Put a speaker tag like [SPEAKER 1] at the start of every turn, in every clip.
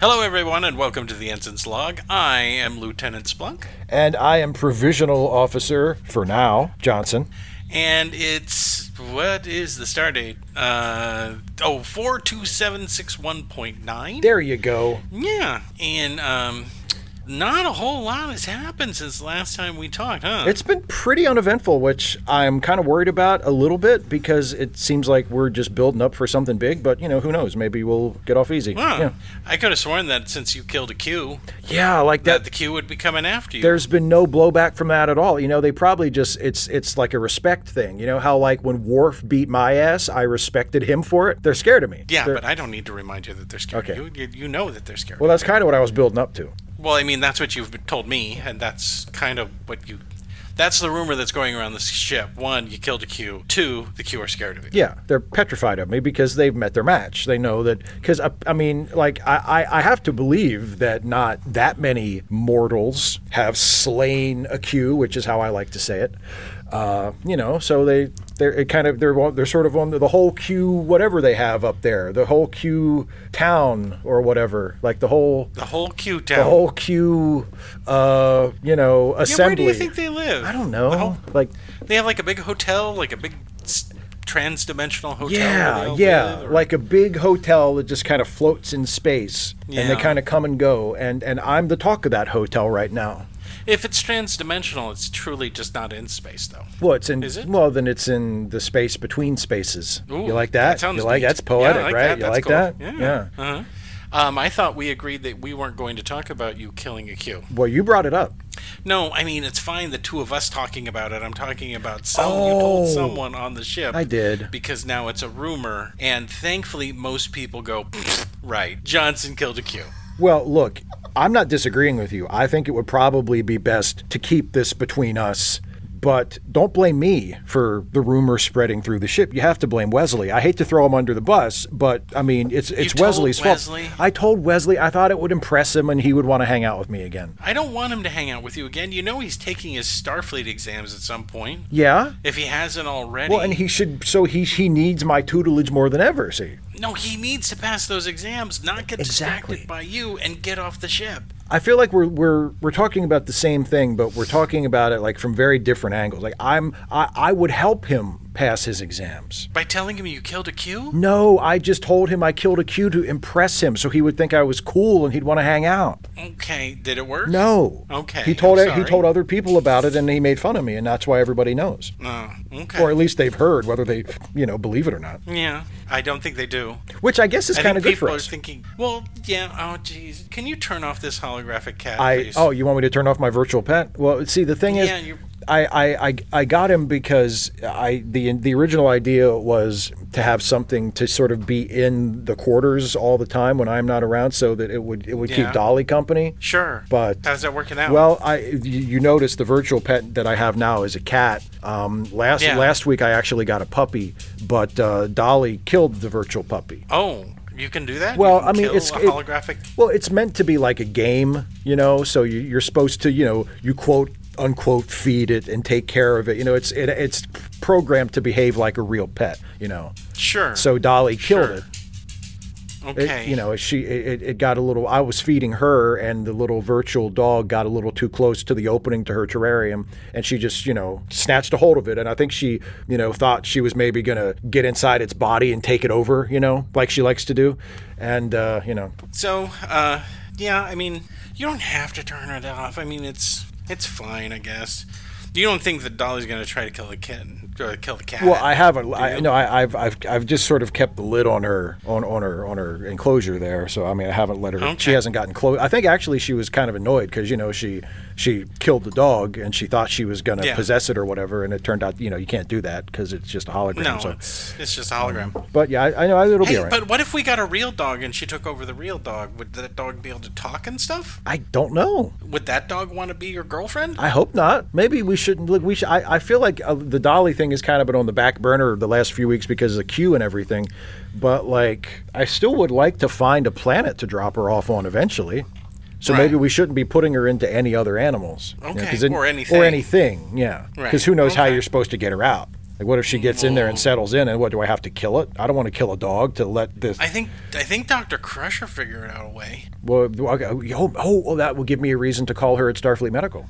[SPEAKER 1] Hello, everyone, and welcome to the Ensign's Log. I am Lieutenant Splunk,
[SPEAKER 2] And I am provisional officer for now, Johnson.
[SPEAKER 1] and it's what is the star date? Uh, oh, 42761.9?
[SPEAKER 2] There you go.
[SPEAKER 1] Yeah, and um, not a whole lot has happened since last time we talked, huh?
[SPEAKER 2] It's been pretty uneventful, which I'm kind of worried about a little bit because it seems like we're just building up for something big, but you know, who knows? Maybe we'll get off easy.
[SPEAKER 1] Huh.
[SPEAKER 2] Yeah.
[SPEAKER 1] I could have sworn that since you killed a Q,
[SPEAKER 2] Yeah, like
[SPEAKER 1] that
[SPEAKER 2] that.
[SPEAKER 1] the Q would be coming after you.
[SPEAKER 2] There's been no blowback from that at all. You know, they probably just it's it's like a respect thing. You know how like when Worf beat my ass, I respected him for it. They're scared of me.
[SPEAKER 1] yeah,
[SPEAKER 2] They're-
[SPEAKER 1] but I don't need to remind you that they're scared.
[SPEAKER 2] Okay.
[SPEAKER 1] You, you, you know that they're scared.
[SPEAKER 2] well, that's kind of what I was building up to.
[SPEAKER 1] Well, I mean, that's what you've been- told me, and that's kind of what you. That's the rumor that's going around this ship. One, you killed a Q. Two, the Q are scared of you.
[SPEAKER 2] Yeah, they're petrified of me because they've met their match. They know that because I, I mean, like I, I, I have to believe that not that many mortals have slain a Q, which is how I like to say it. Uh, you know, so they they're it kind of they're on- they're sort of on the, the whole Q whatever they have up there, the whole Q town or whatever, like the whole
[SPEAKER 1] The whole Q
[SPEAKER 2] the
[SPEAKER 1] town.
[SPEAKER 2] whole Q uh, you know
[SPEAKER 1] yeah,
[SPEAKER 2] assembly.
[SPEAKER 1] where do you think they live?
[SPEAKER 2] I don't
[SPEAKER 1] The
[SPEAKER 2] know,
[SPEAKER 1] whole-
[SPEAKER 2] like.
[SPEAKER 1] they have like a big hotel, like a big s- trans-dimensional hotel. where they
[SPEAKER 2] Yeah,
[SPEAKER 1] all
[SPEAKER 2] yeah,
[SPEAKER 1] live, or-
[SPEAKER 2] like a big hotel that just kind of floats in space, and they
[SPEAKER 1] Yeah.
[SPEAKER 2] kind of come and go. And and I'm the talk of that hotel right now.
[SPEAKER 1] if it's trans-dimensional, it's truly just not in space, though.
[SPEAKER 2] Well, it's in
[SPEAKER 1] Is it?
[SPEAKER 2] well, then it's in the space between spaces.
[SPEAKER 1] Ooh,
[SPEAKER 2] you like that?
[SPEAKER 1] sounds
[SPEAKER 2] you like
[SPEAKER 1] neat.
[SPEAKER 2] that's
[SPEAKER 1] Yeah, I
[SPEAKER 2] poetic,
[SPEAKER 1] like
[SPEAKER 2] right?
[SPEAKER 1] that.
[SPEAKER 2] You
[SPEAKER 1] That's
[SPEAKER 2] like
[SPEAKER 1] cool.
[SPEAKER 2] that?
[SPEAKER 1] Yeah. Uh-huh. Um, I thought we agreed that we weren't going to talk about you killing a Q.
[SPEAKER 2] Well, you brought it up.
[SPEAKER 1] No, I mean it's fine. The two of us talking about it. I'm talking about some. You told
[SPEAKER 2] Oh.
[SPEAKER 1] someone on the ship.
[SPEAKER 2] I did.
[SPEAKER 1] because now it's a rumor, and thankfully most people go "Pfft, right. Johnson killed a Q.
[SPEAKER 2] Well, look, I'm not disagreeing with you. I think it would probably be best to keep this between us. But don't blame me for the rumor spreading through the ship. You have to blame Wesley. I hate to throw him under the bus, but I mean, it's it's
[SPEAKER 1] told
[SPEAKER 2] Wesley's
[SPEAKER 1] Wesley?
[SPEAKER 2] fault. I told Wesley I thought it would impress him and he would want to hang out with me again.
[SPEAKER 1] I don't want him to hang out with you again. You know he's taking his Starfleet exams at some point.
[SPEAKER 2] Yeah?
[SPEAKER 1] If he hasn't already.
[SPEAKER 2] Well, and he should so he he needs my tutelage more than ever, see.
[SPEAKER 1] no, he needs to pass those exams, not get
[SPEAKER 2] Exactly.
[SPEAKER 1] distracted by you, and get off the ship.
[SPEAKER 2] I feel like we're we're we're talking about the same thing, but we're talking about it like from very different angles. Like I'm I, I would help him pass his exams.
[SPEAKER 1] By telling him you killed a Q?
[SPEAKER 2] No, I just told him I killed a Q to impress him so he would think I was cool and he'd want to hang out.
[SPEAKER 1] Okay. Did it work?
[SPEAKER 2] No.
[SPEAKER 1] Okay,
[SPEAKER 2] He told e,
[SPEAKER 1] I'm
[SPEAKER 2] he
[SPEAKER 1] sorry.
[SPEAKER 2] told other people about it and he made fun of me and that's why everybody knows.
[SPEAKER 1] Oh, okay.
[SPEAKER 2] Or at least they've heard whether they, you know, believe it or not.
[SPEAKER 1] yeah. I don't think they do.
[SPEAKER 2] Which I guess is
[SPEAKER 1] I
[SPEAKER 2] kind of
[SPEAKER 1] think
[SPEAKER 2] good
[SPEAKER 1] people
[SPEAKER 2] for
[SPEAKER 1] are
[SPEAKER 2] us.
[SPEAKER 1] thinking, well, yeah, oh, jeez. Can you turn off this holographic cat,
[SPEAKER 2] I
[SPEAKER 1] please?
[SPEAKER 2] oh, you want me to turn off my virtual pet? Well, see the thing
[SPEAKER 1] Yeah,
[SPEAKER 2] is
[SPEAKER 1] you're-
[SPEAKER 2] I, I, I, I got him because I the the original idea was to have something to sort of be in the quarters all the time when I'm not around so that it would it would
[SPEAKER 1] Yeah.
[SPEAKER 2] keep Dolly company.
[SPEAKER 1] Sure.
[SPEAKER 2] But
[SPEAKER 1] how's that working out?
[SPEAKER 2] Well, I you, you notice the virtual pet that I have now is a cat. Um, last
[SPEAKER 1] Yeah.
[SPEAKER 2] last week I actually got a puppy, but uh, Dolly killed the virtual puppy.
[SPEAKER 1] oh, you can do that. You
[SPEAKER 2] Well,
[SPEAKER 1] can
[SPEAKER 2] I mean,
[SPEAKER 1] kill
[SPEAKER 2] it's
[SPEAKER 1] a
[SPEAKER 2] it-
[SPEAKER 1] holographic.
[SPEAKER 2] well, it's meant to be like a game, you know. So you, you're supposed to, you know, you quote unquote feed it and take care of it. You know, it's it, it's programmed to behave like a real pet, you know.
[SPEAKER 1] Sure.
[SPEAKER 2] So Dolly killed
[SPEAKER 1] Sure.
[SPEAKER 2] it. It-
[SPEAKER 1] okay,
[SPEAKER 2] you know, she it, it got a little. I was feeding her, and the little virtual dog got a little too close to the opening to her terrarium, and she just you know snatched a hold of it. And I think she you know thought she was maybe gonna get inside its body and take it over, you know, like she likes to do. And uh, you know,
[SPEAKER 1] So, uh, yeah, I mean, you don't have to turn it off. I mean, it's it's fine, I guess. You don't think that Dolly's going to try to kill the kitten, or kill the cat?
[SPEAKER 2] well, I haven't. I, no, I, I've I've I've just sort of kept the lid on her on on her on her enclosure there. So I mean, I haven't let her.
[SPEAKER 1] Okay.
[SPEAKER 2] She hasn't gotten close. I think actually she was kind of annoyed because you know she she killed the dog and she thought she was gonna
[SPEAKER 1] Yeah.
[SPEAKER 2] possess it or whatever, and it turned out you know you can't do that because it's just a hologram.
[SPEAKER 1] no,
[SPEAKER 2] so.
[SPEAKER 1] it's, it's just a hologram.
[SPEAKER 2] But yeah, I, I know it'll be
[SPEAKER 1] Hey,
[SPEAKER 2] all right.
[SPEAKER 1] but what if we got a real dog and she took over the real dog? Would that dog be able to talk and stuff?
[SPEAKER 2] I don't know.
[SPEAKER 1] Would that dog want to be your girlfriend?
[SPEAKER 2] I hope not. Maybe we shouldn't look. We should. I, I feel like uh, the Dolly thing has kind of been on the back burner the last few weeks because of the queue and everything. But like, I still would like to find a planet to drop her off on eventually. So
[SPEAKER 1] Right.
[SPEAKER 2] maybe we shshouldn't be putting her into any other animals.
[SPEAKER 1] Okay,
[SPEAKER 2] 'cause
[SPEAKER 1] or anything.
[SPEAKER 2] Or anything. Yeah.
[SPEAKER 1] Right,
[SPEAKER 2] Because who knows how
[SPEAKER 1] okay. Mm.
[SPEAKER 2] you're supposed to get her out? Like, what if she gets in there and settles in, and what do I have to kill it? I don't want to kill a dog to let this.
[SPEAKER 1] I think I think Doctor Crusher figured out a way.
[SPEAKER 2] Well, okay, oh, oh, well, that will give me a reason to call her at Starfleet Medical.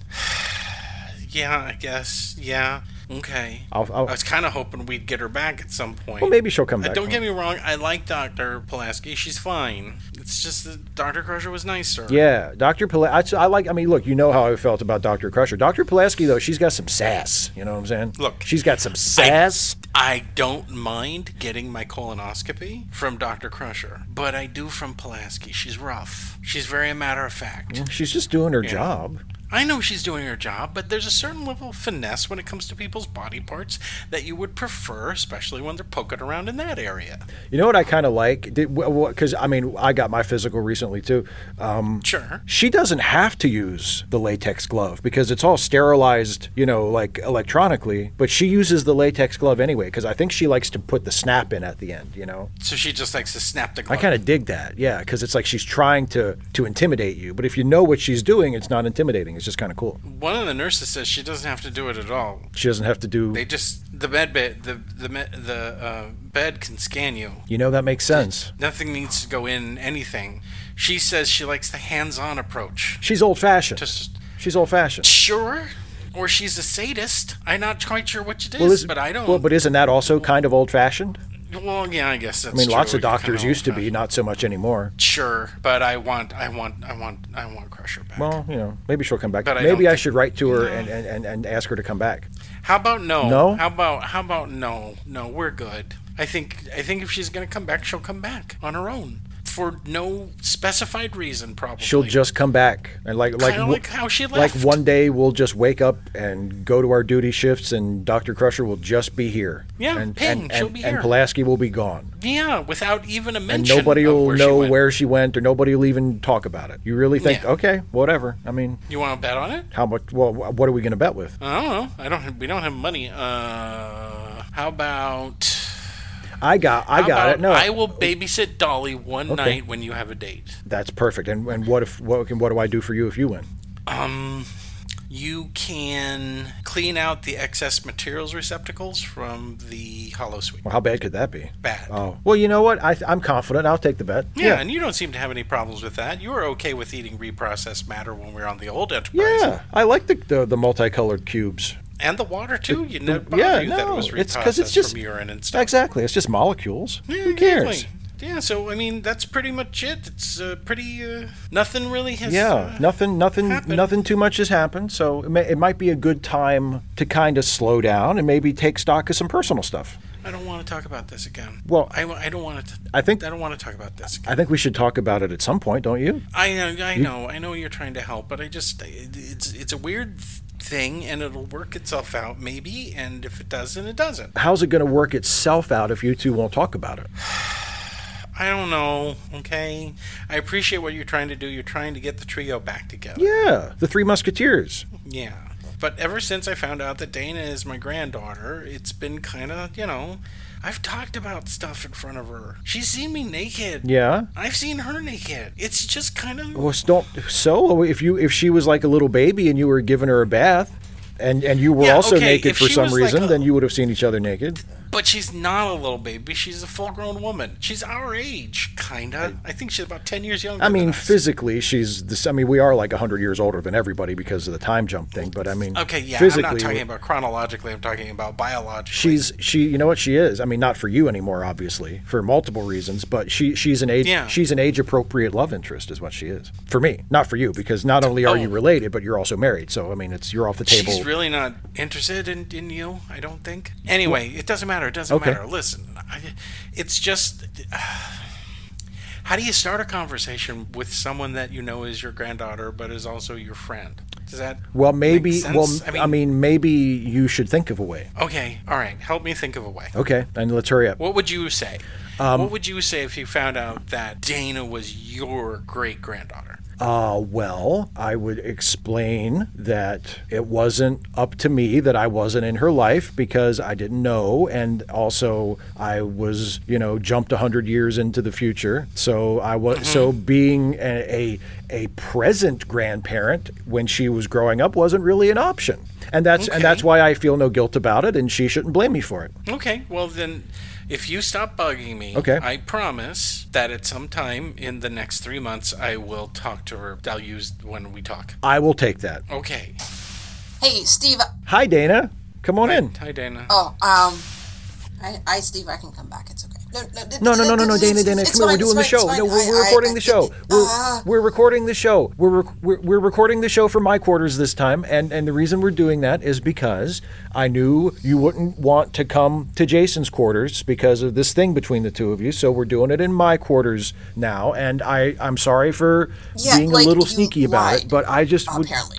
[SPEAKER 1] Yeah, I guess. Yeah. Okay.
[SPEAKER 2] I'll- I'll-
[SPEAKER 1] I was kind of hoping we'd get her back at some point.
[SPEAKER 2] Well, maybe she'll come
[SPEAKER 1] Uh,
[SPEAKER 2] back.
[SPEAKER 1] don't get me wrong. I like Doctor Pulaski. She's fine. It's just that Doctor Crusher was nicer.
[SPEAKER 2] Yeah, Dr. Pulaski. I, like. I mean, look, you know how I felt about Dr. Crusher. Dr. Pulaski, though, she's got some sass. You know what I'm saying?
[SPEAKER 1] Look,
[SPEAKER 2] she's got some sass.
[SPEAKER 1] I don't mind getting my colonoscopy from Dr. Crusher, but I do from Pulaski. She's rough. She's very matter of fact.
[SPEAKER 2] she's just doing her job.
[SPEAKER 1] I know she's doing her job, but there's a certain level of finesse when it comes to people's body parts that you would prefer, especially when they're poking around in that area.
[SPEAKER 2] You know what I kind of like? Because I mean, I got my physical recently too. Um,
[SPEAKER 1] Sure.
[SPEAKER 2] she doesn't have to use the latex glove because it's all sterilized, you know, like electronically. But she uses the latex glove anyway because I think she likes to put the snap in at the end. You know,
[SPEAKER 1] So she just likes to snap the
[SPEAKER 2] I
[SPEAKER 1] glove.
[SPEAKER 2] kind of dig that. Yeah, because it's like she's trying to to intimidate you. But if you know what she's doing, it's not intimidating. It's just kind of cool.
[SPEAKER 1] One of the nurses says she doesn't have to do it at all.
[SPEAKER 2] She doesn't have to do.
[SPEAKER 1] They just the bed bed the the me- the uh, bed can scan you.
[SPEAKER 2] You know that makes sense.
[SPEAKER 1] Nothing needs to go in anything. She says she likes the hands-on approach.
[SPEAKER 2] She's old fashioned.
[SPEAKER 1] Just
[SPEAKER 2] She's old fashioned.
[SPEAKER 1] sure, or she's a sadist. I'm not quite sure what it is, but I don't.
[SPEAKER 2] Well, but isn't that also kind of old fashioned?
[SPEAKER 1] well, yeah, I guess that's.
[SPEAKER 2] I mean, lots
[SPEAKER 1] true.
[SPEAKER 2] of doctors
[SPEAKER 1] Kinda
[SPEAKER 2] used to
[SPEAKER 1] old-fashioned.
[SPEAKER 2] be, not so much anymore.
[SPEAKER 1] Sure, but I want, I want, I want, I want Crusher back.
[SPEAKER 2] Well, you know, maybe she'll come back.
[SPEAKER 1] But I
[SPEAKER 2] maybe
[SPEAKER 1] don't
[SPEAKER 2] I
[SPEAKER 1] think-
[SPEAKER 2] should write to her and, and, and, and ask her to come back.
[SPEAKER 1] how about no?
[SPEAKER 2] No?
[SPEAKER 1] How about how about no? No, we're good. I think I think if she's gonna come back, she'll come back on her own for no specified reason. Probably
[SPEAKER 2] She'll just come back and like like
[SPEAKER 1] Kinda
[SPEAKER 2] wo-
[SPEAKER 1] like how she
[SPEAKER 2] like
[SPEAKER 1] left.
[SPEAKER 2] one day we'll just wake up and go to our duty shifts and Doctor Crusher will just be here.
[SPEAKER 1] Yeah,
[SPEAKER 2] and
[SPEAKER 1] ping,
[SPEAKER 2] and,
[SPEAKER 1] she'll
[SPEAKER 2] and,
[SPEAKER 1] be
[SPEAKER 2] and
[SPEAKER 1] here.
[SPEAKER 2] Pulaski will be gone.
[SPEAKER 1] yeah, without even a
[SPEAKER 2] And
[SPEAKER 1] mention.
[SPEAKER 2] nobody
[SPEAKER 1] of
[SPEAKER 2] will
[SPEAKER 1] where she
[SPEAKER 2] know
[SPEAKER 1] went.
[SPEAKER 2] where she went or nobody will even talk about it. You really think,
[SPEAKER 1] Yeah.
[SPEAKER 2] okay, whatever. I mean,
[SPEAKER 1] You want to bet on it?
[SPEAKER 2] how much well wh- what are we gonna bet with?
[SPEAKER 1] I don't know. I don't. have- We don't have money. Uh, how about?
[SPEAKER 2] I got I
[SPEAKER 1] how
[SPEAKER 2] got
[SPEAKER 1] about
[SPEAKER 2] it. No
[SPEAKER 1] I will babysit Dolly one night when you have a date.
[SPEAKER 2] that's perfect. And and what if what can what do I do for you if you win?
[SPEAKER 1] Um, you can clean out the excess materials receptacles from the hollow suite.
[SPEAKER 2] Well, how bad could that be?
[SPEAKER 1] Bad.
[SPEAKER 2] Oh well, you know what? I, I'm confident. I'll take the bet.
[SPEAKER 1] Yeah, and you don't seem to have any problems with that. You were okay with eating reprocessed matter when we were on the old Enterprise.
[SPEAKER 2] yeah. I like the, the the multicolored cubes.
[SPEAKER 1] And the water, too. You never bothered
[SPEAKER 2] yeah,
[SPEAKER 1] you that it was
[SPEAKER 2] no,
[SPEAKER 1] reprocessed
[SPEAKER 2] it's 'cause it's just-
[SPEAKER 1] from urine and stuff.
[SPEAKER 2] Exactly. It's just molecules. Who cares?
[SPEAKER 1] Exactly. Yeah, so I mean that's pretty much it. It's uh, pretty uh, nothing really has
[SPEAKER 2] Yeah.
[SPEAKER 1] uh,
[SPEAKER 2] Nothing. Nothing.
[SPEAKER 1] happened.
[SPEAKER 2] Nothing too much has happened. So it, may, it might be a good time to kind of slow down and maybe take stock of some personal stuff.
[SPEAKER 1] I don't want to talk about this again.
[SPEAKER 2] Well,
[SPEAKER 1] I, I don't want to.
[SPEAKER 2] I think-
[SPEAKER 1] I don't want to talk about this. Again.
[SPEAKER 2] I think we should talk about it at some point, don't you?
[SPEAKER 1] I know, I know, I know you're trying to help, but I just it- it's it's a weird thing, and it'll work itself out maybe. And if it doesn't, it doesn't.
[SPEAKER 2] How's it going to work itself out if you two won't talk about it?
[SPEAKER 1] I don't know. Okay, I appreciate what you're trying to do. You're trying to get the trio back together.
[SPEAKER 2] Yeah, the Three Musketeers.
[SPEAKER 1] Yeah. But ever since I found out that Dana is my granddaughter, it's been kind of, you know, I've talked about stuff in front of her. She's seen me naked.
[SPEAKER 2] Yeah. Oh.
[SPEAKER 1] I've seen her naked. It's just kind of.
[SPEAKER 2] Well, don't so oh, if you if she was like a little baby and you were giving her a bath, and and you were
[SPEAKER 1] Yeah,
[SPEAKER 2] also
[SPEAKER 1] okay,
[SPEAKER 2] naked
[SPEAKER 1] if
[SPEAKER 2] for
[SPEAKER 1] she
[SPEAKER 2] some
[SPEAKER 1] was like
[SPEAKER 2] reason,
[SPEAKER 1] a-
[SPEAKER 2] then you would have seen each other naked.
[SPEAKER 1] But she's not a little baby. She's a full grown woman. She's our age, kind of. I think she's about 10 years younger.
[SPEAKER 2] I
[SPEAKER 1] than
[SPEAKER 2] mean,
[SPEAKER 1] us.
[SPEAKER 2] physically, she's this. I mean, we are like hundred years older than everybody because of the time jump thing. But I mean,
[SPEAKER 1] Okay, yeah, I'm
[SPEAKER 2] physically,
[SPEAKER 1] not talking about chronologically. I'm talking about biologically.
[SPEAKER 2] she's she. You know what she is? I mean, not for you anymore, obviously, for multiple reasons. But she she's an age
[SPEAKER 1] Yeah.
[SPEAKER 2] she's an age appropriate love interest is what she is for me, not for you, because not only are you
[SPEAKER 1] Oh.
[SPEAKER 2] related, but you're also married. So I mean, it's you're off the table.
[SPEAKER 1] She's really not interested in, in you, I don't think. Anyway, it doesn't matter. It doesn't
[SPEAKER 2] Okay.
[SPEAKER 1] matter. Listen, I, it's just. uh, how do you start a conversation with someone that you know is your granddaughter but is also your friend? Does that.
[SPEAKER 2] well, maybe.
[SPEAKER 1] sense?
[SPEAKER 2] Well,
[SPEAKER 1] I mean-
[SPEAKER 2] I mean, maybe you should think of a way.
[SPEAKER 1] Okay, all right. Help me think of a way.
[SPEAKER 2] Okay, and let's hurry up.
[SPEAKER 1] What would you say?
[SPEAKER 2] Um,
[SPEAKER 1] what would you say if you found out that Dana was your great granddaughter?
[SPEAKER 2] Uh, well, I would explain that it wasn't up to me that I wasn't in her life because I didn't know, and also I was, you know, jumped hundred years into the future. So I
[SPEAKER 1] Mm-hmm.
[SPEAKER 2] was so being a, a a present grandparent when she was growing up wasn't really an option. and that's
[SPEAKER 1] Okay.
[SPEAKER 2] and that's why I feel no guilt about it, and she shouldn't blame me for it.
[SPEAKER 1] Okay, well then, if you stop bugging me,
[SPEAKER 2] Okay.
[SPEAKER 1] I promise that at some time in the next three months, I will talk to her. I'll use when we talk.
[SPEAKER 2] I will take that.
[SPEAKER 1] Okay.
[SPEAKER 3] Hey, Steve. I-
[SPEAKER 2] Hi, Dana. Come on
[SPEAKER 1] Hi,
[SPEAKER 2] in.
[SPEAKER 1] hi, Dana.
[SPEAKER 3] Oh, um, I, I, Steve, I can come back. It's okay. No, no,
[SPEAKER 2] No, no, no, no, no, Dana, Dana, come here. We're doing the show. No, we're, we're recording the show.
[SPEAKER 3] Uh-huh.
[SPEAKER 2] We're, we're recording the show. We're, rec- we're we're recording the show for my quarters this time, and and the reason we're doing that is because I knew you wouldn't want to come to Jason's quarters because of this thing between the two of you. So we're doing it in my quarters now, and I I'm sorry for
[SPEAKER 3] Yeah,
[SPEAKER 2] being
[SPEAKER 3] like,
[SPEAKER 2] a little
[SPEAKER 3] you
[SPEAKER 2] sneaky about it,
[SPEAKER 3] lied,
[SPEAKER 2] but I just would,
[SPEAKER 3] apparently.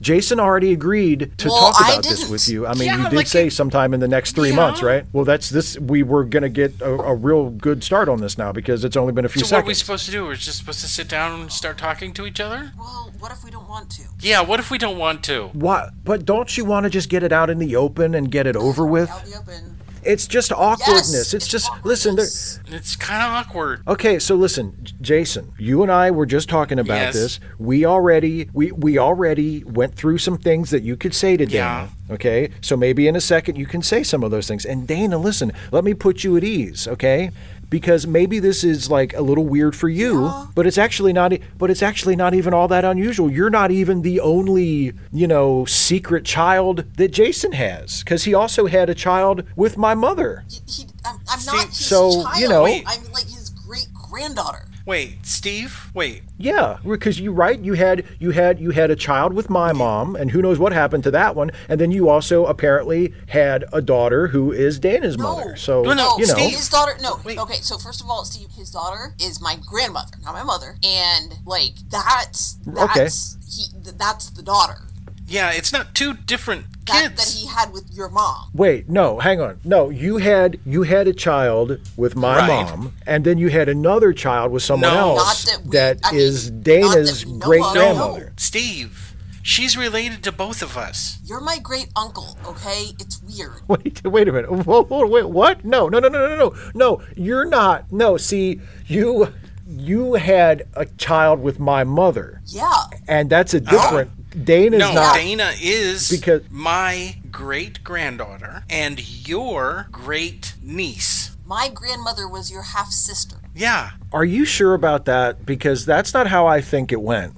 [SPEAKER 2] Jason already agreed to
[SPEAKER 3] Well,
[SPEAKER 2] talk
[SPEAKER 3] I
[SPEAKER 2] about this
[SPEAKER 3] didn't.
[SPEAKER 2] with you. I mean,
[SPEAKER 1] Yeah,
[SPEAKER 2] you did
[SPEAKER 1] like
[SPEAKER 2] say
[SPEAKER 1] it-
[SPEAKER 2] sometime in the next three
[SPEAKER 1] Yeah.
[SPEAKER 2] months, right? Well, that's this. We were going to get a, a real good start on this now because it's only been a few
[SPEAKER 1] So what are we
[SPEAKER 2] seconds.
[SPEAKER 1] supposed to do? We're just supposed to sit down and start talking to each other?
[SPEAKER 3] Well, what if we don't want to?
[SPEAKER 1] Yeah. What if we don't want to?
[SPEAKER 2] Why, but don't you want to just get it out in the open and get it over with?
[SPEAKER 3] Out in the open.
[SPEAKER 2] It's just awkwardness.
[SPEAKER 3] Yes,
[SPEAKER 2] it's just listen. There,
[SPEAKER 3] awkwardness.
[SPEAKER 1] It's kind of awkward.
[SPEAKER 2] Okay, so listen, J- Jason, you and I were just talking about
[SPEAKER 1] Yes.
[SPEAKER 2] this. We already we we already went through some things that you could say to
[SPEAKER 1] Yeah.
[SPEAKER 2] Dana. Okay? So maybe in a second you can say some of those things. And Dana, listen, let me put you at ease, okay? Because maybe this is like a little weird for you, but it's actually not e- but it's actually not even all that unusual. You're not even the only, you know, secret child that Jason has cuz he also had a child with my mother.
[SPEAKER 3] He, he, I'm, I'm not his
[SPEAKER 2] So,
[SPEAKER 3] child.
[SPEAKER 2] you know-
[SPEAKER 3] I'm like his great granddaughter.
[SPEAKER 1] Wait, Steve. Wait.
[SPEAKER 2] Yeah, because you right, you had you had you had a child with my mom, and who knows what happened to that one. And then you also apparently had a daughter who is Dana's mother. So
[SPEAKER 1] No, no,
[SPEAKER 2] you know,
[SPEAKER 1] Steve-
[SPEAKER 3] his daughter. No,
[SPEAKER 1] Wait.
[SPEAKER 3] okay. So first of all, Steve, his daughter is my grandmother, not my mother, and like that's that's he th- that's the daughter
[SPEAKER 1] Yeah. It's not two different
[SPEAKER 3] that,
[SPEAKER 1] kids.
[SPEAKER 3] that he had with your mom.
[SPEAKER 2] wait, no, hang on, no, you had you had a child with my
[SPEAKER 1] Right.
[SPEAKER 2] mom, and then you had another child with someone
[SPEAKER 1] No.
[SPEAKER 2] else
[SPEAKER 3] Not that we-
[SPEAKER 2] that
[SPEAKER 3] I mean,
[SPEAKER 2] is
[SPEAKER 3] not that
[SPEAKER 2] Dana's
[SPEAKER 3] we know of.
[SPEAKER 2] great
[SPEAKER 3] No.
[SPEAKER 2] grandmother.
[SPEAKER 1] Steve. She's related to both of us.
[SPEAKER 3] You're my great uncle. Okay, it's weird.
[SPEAKER 2] Wait, wait a minute. Whoa, whoa, wait, what? No, no, no, no, no, no, no. You're not. No, see, you you had a child with my mother.
[SPEAKER 3] Yeah,
[SPEAKER 2] and that's a different. Dane is
[SPEAKER 1] No,
[SPEAKER 2] not.
[SPEAKER 1] Dana is
[SPEAKER 2] Because-
[SPEAKER 1] my great granddaughter and your great niece.
[SPEAKER 3] my grandmother was your half sister.
[SPEAKER 1] Yeah.
[SPEAKER 2] Are you sure about that? Because that's not how I think it went.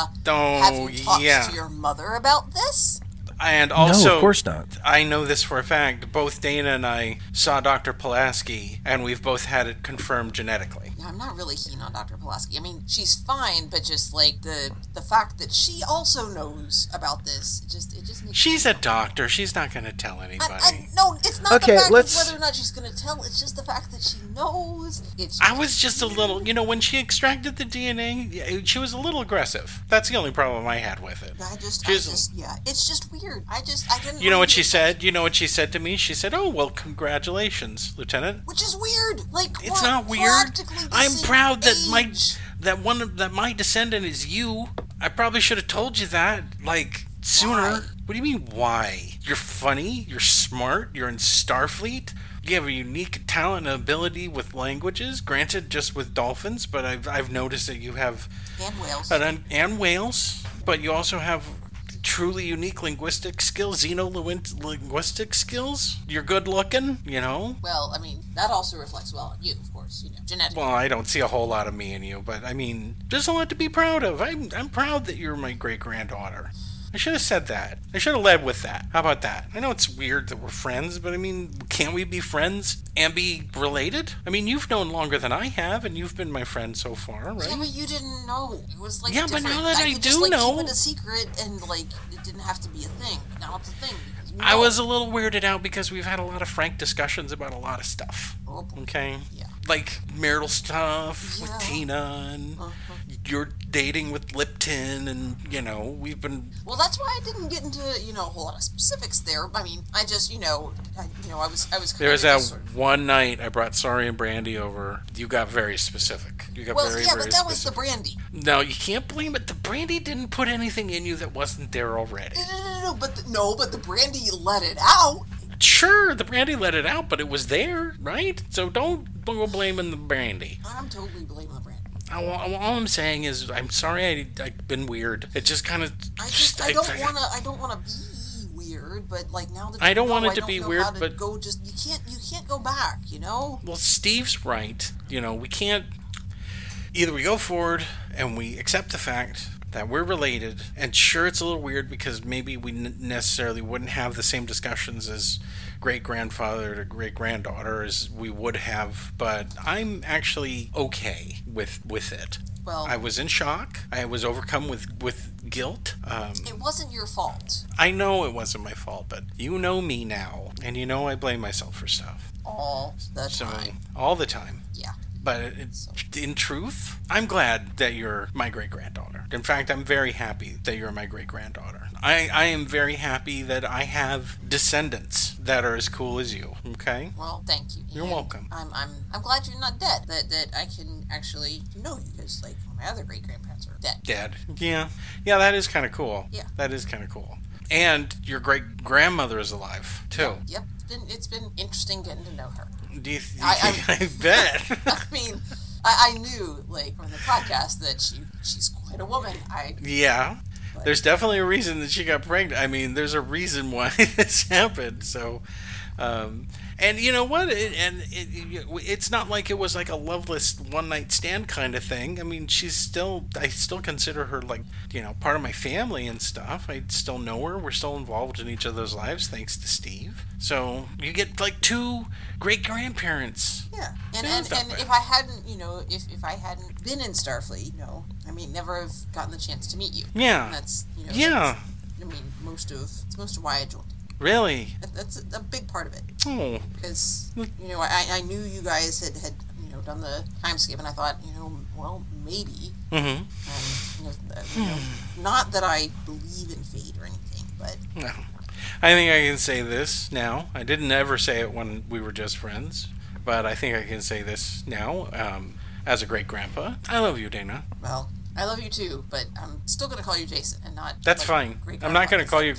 [SPEAKER 3] Have
[SPEAKER 1] Oh,
[SPEAKER 3] you talked
[SPEAKER 1] yeah.
[SPEAKER 3] to your mother about this?
[SPEAKER 1] And also,
[SPEAKER 2] no, of course not.
[SPEAKER 1] I know this for a fact. Both Dana and I saw Dr. Pulaski, and we've both had it confirmed genetically.
[SPEAKER 3] Yeah, I'm not really keen on Dr. Pulaski. I mean, she's fine, but just like the the fact that she also knows about this, it just it just makes
[SPEAKER 1] She's a doctor. She's not going to tell anybody.
[SPEAKER 3] I, I,
[SPEAKER 1] I,
[SPEAKER 3] no, it's not
[SPEAKER 2] Okay,
[SPEAKER 3] the fact
[SPEAKER 2] let's-
[SPEAKER 3] of whether or not she's going to tell. It's just the fact that she knows. It's
[SPEAKER 1] was just a little, you know, when she extracted the DNA, yeah, she was a little aggressive. That's the only problem I had with it.
[SPEAKER 3] I just, I
[SPEAKER 1] She's-
[SPEAKER 3] just, yeah, it's just weird. I just, I didn't.
[SPEAKER 1] You know what she
[SPEAKER 3] really-
[SPEAKER 1] said? You know what she said to me? She said, "Oh, well, congratulations, Lieutenant."
[SPEAKER 3] Which is weird. Like
[SPEAKER 1] It's
[SPEAKER 3] we're
[SPEAKER 1] not weird.
[SPEAKER 3] practically the
[SPEAKER 1] I'm
[SPEAKER 3] same
[SPEAKER 1] proud that my
[SPEAKER 3] age.
[SPEAKER 1] that one of- that my descendant is you. I probably should have told you that like sooner.
[SPEAKER 3] Why?
[SPEAKER 1] What do you mean why? You're funny, you're smart, you're in Starfleet. You have a unique talent and ability with languages, granted just with dolphins, but I've I've noticed that you have
[SPEAKER 3] and Wales.
[SPEAKER 1] an, un- and whales, but you also have truly unique linguistic skills, xenolinguistic linguistic skills. You're good looking, you know.
[SPEAKER 3] Well, I mean, that also reflects well on you, of course. You know, genetically.
[SPEAKER 1] Well, I don't see a whole lot of me in you, but I mean, there's a lot to be proud of. I'm, I'm proud that you're my great granddaughter. I should have said that. I should have led with that. How about that? I know it's weird that we're friends, but I mean, can't we be friends and be related? I mean, you've known longer than I have, and you've been my friend so far,
[SPEAKER 3] yeah,
[SPEAKER 1] right?
[SPEAKER 3] but you didn't know. It was like
[SPEAKER 1] Yeah, but
[SPEAKER 3] different.
[SPEAKER 1] now that I
[SPEAKER 3] could
[SPEAKER 1] do
[SPEAKER 3] just, like,
[SPEAKER 1] know-
[SPEAKER 3] keep it a secret and like it didn't have to be a thing. But now it's a thing. because you
[SPEAKER 1] I
[SPEAKER 3] know.
[SPEAKER 1] was a little weirded out because we've had a lot of frank discussions about a lot of stuff.
[SPEAKER 3] Oh, boy.
[SPEAKER 1] Okay.
[SPEAKER 3] Yeah.
[SPEAKER 1] Like marital stuff
[SPEAKER 3] Yeah. Uh-huh.
[SPEAKER 1] with Tina and you're dating with Lipton and you know, we've been
[SPEAKER 3] Well, that's why I didn't get into you know a whole lot of specifics there. I mean, I just you know, I, you know, I was I was.
[SPEAKER 1] There was
[SPEAKER 3] kinda
[SPEAKER 1] that
[SPEAKER 3] just sort of-
[SPEAKER 1] one night I brought Sorry and Brandy over. You got very specific. You got
[SPEAKER 3] Well,
[SPEAKER 1] very,
[SPEAKER 3] yeah,
[SPEAKER 1] very
[SPEAKER 3] but that was the
[SPEAKER 1] specific.
[SPEAKER 3] brandy.
[SPEAKER 1] no, you can't blame it. The Brandy didn't put anything in you that wasn't there already.
[SPEAKER 3] No, no, no, no, but the, no, but the brandy let it out.
[SPEAKER 1] Sure, the Brandy let it out, but it was there, right? So don't go blaming the Brandy.
[SPEAKER 3] I'm totally blaming the brandy.
[SPEAKER 1] I, wa- all I'm saying is I'm sorry I, I been weird. It just kind of.
[SPEAKER 3] I just I don't want to I don't want to be weird, but like now that
[SPEAKER 1] I
[SPEAKER 3] you
[SPEAKER 1] don't
[SPEAKER 3] know,
[SPEAKER 1] want it
[SPEAKER 3] I
[SPEAKER 1] to
[SPEAKER 3] don't
[SPEAKER 1] be
[SPEAKER 3] know
[SPEAKER 1] weird,
[SPEAKER 3] how to
[SPEAKER 1] but-
[SPEAKER 3] go just you can't you can't go back, you know.
[SPEAKER 1] Well, Steve's right. You know, we can't. Either we go forward and we accept the fact that we're related, and sure, it's a little weird because maybe we n- necessarily wouldn't have the same discussions as great grandfather to great granddaughter as we would have, but I'm actually okay with with it.
[SPEAKER 3] Well-
[SPEAKER 1] I was in shock. I was overcome with with guilt. Um,
[SPEAKER 3] It wasn't your fault.
[SPEAKER 1] I know it wasn't my fault, but you know me now, and you know I blame myself for stuff.
[SPEAKER 3] all the
[SPEAKER 1] So
[SPEAKER 3] time.
[SPEAKER 1] all the time.
[SPEAKER 3] Yeah.
[SPEAKER 1] But it, it- in truth, I'm glad that you're my great granddaughter. In fact, I'm very happy that you're my great granddaughter. I, I am very happy that I have descendants that are as cool as you. Okay?
[SPEAKER 3] Well, thank you.
[SPEAKER 1] You're
[SPEAKER 3] Ian.
[SPEAKER 1] welcome.
[SPEAKER 3] I'm, I'm, I'm glad you're not dead. That that I can actually know you because like my other great grandparents are dead.
[SPEAKER 1] Dad. Yeah. Yeah, that is kind of cool.
[SPEAKER 3] Yeah.
[SPEAKER 1] That is kind of cool. And your great grandmother is alive, too.
[SPEAKER 3] Yep. It's been it's been interesting getting to know her.
[SPEAKER 1] Do you th-
[SPEAKER 3] I-
[SPEAKER 1] I, bet.
[SPEAKER 3] I mean, I, I knew like from the podcast that she she's quite a woman. I
[SPEAKER 1] yeah. There's definitely a reason that she got pregnant. I mean, there's a reason why this happened. So, um, and you know what? It, and it, it's not like it was like a loveless one night stand kind of thing. I mean, she's still, I still consider her like, you know, part of my family and stuff. I still know her. We're still involved in each other's lives thanks to Steve. So you get like two great grandparents.
[SPEAKER 3] yeah. And
[SPEAKER 1] Yeah,
[SPEAKER 3] and,
[SPEAKER 1] it's not
[SPEAKER 3] and
[SPEAKER 1] bad.
[SPEAKER 3] if I hadn't, you know, if if I hadn't been in Starfleet, you know, I mean, never have gotten the chance to meet you.
[SPEAKER 1] Yeah.
[SPEAKER 3] And that's you know.
[SPEAKER 1] Yeah.
[SPEAKER 3] that's- I mean, most of it's most of why I joined.
[SPEAKER 1] Really?
[SPEAKER 3] That- That's a, a big part of it.
[SPEAKER 1] Oh,
[SPEAKER 3] because you know I, I knew you guys had, had you know done the time skip and I thought you know well maybe
[SPEAKER 1] Mhm.
[SPEAKER 3] um, you know, uh, you know,
[SPEAKER 1] Hmm.
[SPEAKER 3] not that I believe in fate or anything but
[SPEAKER 1] No. I think I can say this now. I didn't ever say it when we were just friends, but I think I can say this now um, as a great grandpa. I love you, Dana.
[SPEAKER 3] well I love you too but I'm still gonna call you Jason and not
[SPEAKER 1] That's
[SPEAKER 3] like,
[SPEAKER 1] fine.
[SPEAKER 3] great
[SPEAKER 1] I'm not going to
[SPEAKER 3] grandpa.
[SPEAKER 1] call you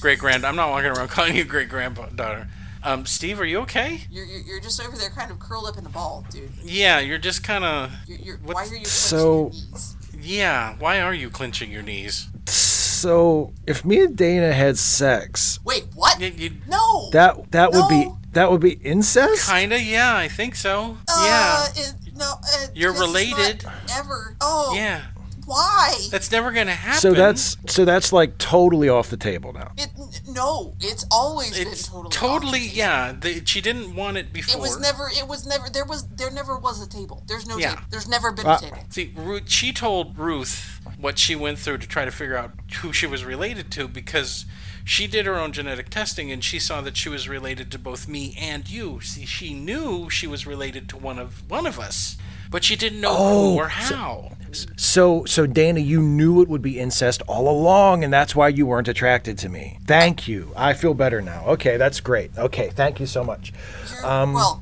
[SPEAKER 1] great grand. I'm not walking around calling you great granddaughter. Um, Steve, are you okay?
[SPEAKER 3] you're, you're, you're just over there kind of curled up in a ball dude
[SPEAKER 1] Yeah, you're just kind of.
[SPEAKER 3] you're, you're,
[SPEAKER 1] What's-
[SPEAKER 3] why are you clenching
[SPEAKER 2] So-
[SPEAKER 3] your knees?
[SPEAKER 1] Yeah, why are you clenching your knees?
[SPEAKER 2] So if me and Dana had sex,
[SPEAKER 3] wait what
[SPEAKER 1] You, you,
[SPEAKER 3] no
[SPEAKER 2] that that would be
[SPEAKER 3] No.
[SPEAKER 2] that would be incest.
[SPEAKER 1] kinda, yeah, I think so.
[SPEAKER 3] uh,
[SPEAKER 1] yeah,
[SPEAKER 3] it- no uh,
[SPEAKER 1] You're
[SPEAKER 3] because it's not
[SPEAKER 1] related.
[SPEAKER 3] ever oh
[SPEAKER 1] yeah.
[SPEAKER 3] why
[SPEAKER 1] That's never gonna happen.
[SPEAKER 2] So that's so that's like totally off the table now.
[SPEAKER 3] It n- no, it's always
[SPEAKER 1] it's
[SPEAKER 3] been totally
[SPEAKER 1] totally,
[SPEAKER 3] off the table.
[SPEAKER 1] yeah. The, she didn't want it before.
[SPEAKER 3] It was never. It was never. There was. There never was a table. There's no
[SPEAKER 1] Yeah.
[SPEAKER 3] table. There's never been
[SPEAKER 2] Uh,
[SPEAKER 3] a table.
[SPEAKER 1] See, Ruth, she told Ruth what she went through to try to figure out who she was related to because she did her own genetic testing and she saw that she was related to both me and you. See, she knew she was related to one of one of us, but she didn't know
[SPEAKER 2] Oh,
[SPEAKER 1] who or how.
[SPEAKER 2] So so Dana, you knew it would be incest all along, and that's why you weren't attracted to me. Thank you. I feel better now. Okay, that's great. Okay, thank you so much.
[SPEAKER 3] You're welcome. Well,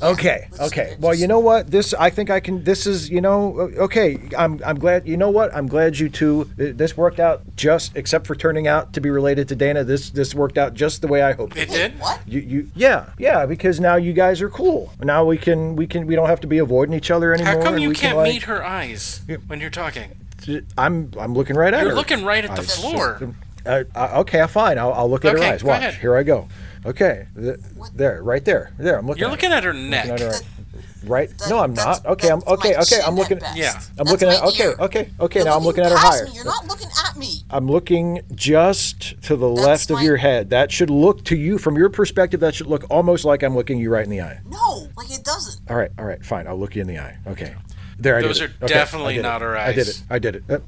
[SPEAKER 3] yeah,
[SPEAKER 2] um, Okay,
[SPEAKER 3] let's-
[SPEAKER 2] okay.
[SPEAKER 3] let's
[SPEAKER 2] Well,
[SPEAKER 3] just-
[SPEAKER 2] you know what? This I think I can. This is you know. Okay, I'm I'm glad. You know what? I'm glad you two. uh, This worked out just except for turning out to be related to Dana. This this worked out just the way I hoped.
[SPEAKER 1] It
[SPEAKER 2] It.
[SPEAKER 1] did.
[SPEAKER 3] What?
[SPEAKER 2] You, you yeah yeah because now you guys are cool now we can we can we don't have to be avoiding each other anymore
[SPEAKER 1] How come
[SPEAKER 2] and
[SPEAKER 1] you
[SPEAKER 2] we can,
[SPEAKER 1] can't
[SPEAKER 2] like-
[SPEAKER 1] meet her eyes when you're talking?
[SPEAKER 2] I'm I'm looking right at
[SPEAKER 1] You're
[SPEAKER 2] her.
[SPEAKER 1] looking right at the floor.
[SPEAKER 2] Uh, uh, okay, fine. I'll, I'll look at
[SPEAKER 1] Okay,
[SPEAKER 2] her eyes.
[SPEAKER 1] go
[SPEAKER 2] Watch.
[SPEAKER 1] ahead.
[SPEAKER 2] Here I go. Okay, th- there, right there, there. I'm looking.
[SPEAKER 1] You're
[SPEAKER 2] at
[SPEAKER 1] looking at her
[SPEAKER 2] her.
[SPEAKER 1] neck.
[SPEAKER 2] Looking at her right?
[SPEAKER 3] That-
[SPEAKER 2] no, I'm
[SPEAKER 3] that's-
[SPEAKER 2] not. Okay, I'm
[SPEAKER 3] that's
[SPEAKER 2] okay.
[SPEAKER 3] my
[SPEAKER 2] Okay,
[SPEAKER 3] chin
[SPEAKER 2] I'm looking.
[SPEAKER 3] at best.
[SPEAKER 1] Yeah.
[SPEAKER 2] I'm
[SPEAKER 3] That's
[SPEAKER 2] looking at.
[SPEAKER 3] my
[SPEAKER 2] Okay,
[SPEAKER 3] ear.
[SPEAKER 2] okay, okay.
[SPEAKER 3] You're
[SPEAKER 2] Now I'm looking at her
[SPEAKER 3] past
[SPEAKER 2] higher.
[SPEAKER 3] Me. You're not looking at me.
[SPEAKER 2] I'm looking just to the
[SPEAKER 3] That's
[SPEAKER 2] left of
[SPEAKER 3] my-
[SPEAKER 2] your head. That should look to you from your perspective. That should look almost like I'm looking you right in the eye.
[SPEAKER 3] No, like it doesn't.
[SPEAKER 2] All right, all right, fine. I'll look you in the eye. Okay. There, I
[SPEAKER 1] Those
[SPEAKER 2] did it.
[SPEAKER 1] are
[SPEAKER 2] Okay,
[SPEAKER 1] definitely
[SPEAKER 2] I did it.
[SPEAKER 1] not her
[SPEAKER 2] I did
[SPEAKER 1] eyes.
[SPEAKER 2] it. I did it. Uh,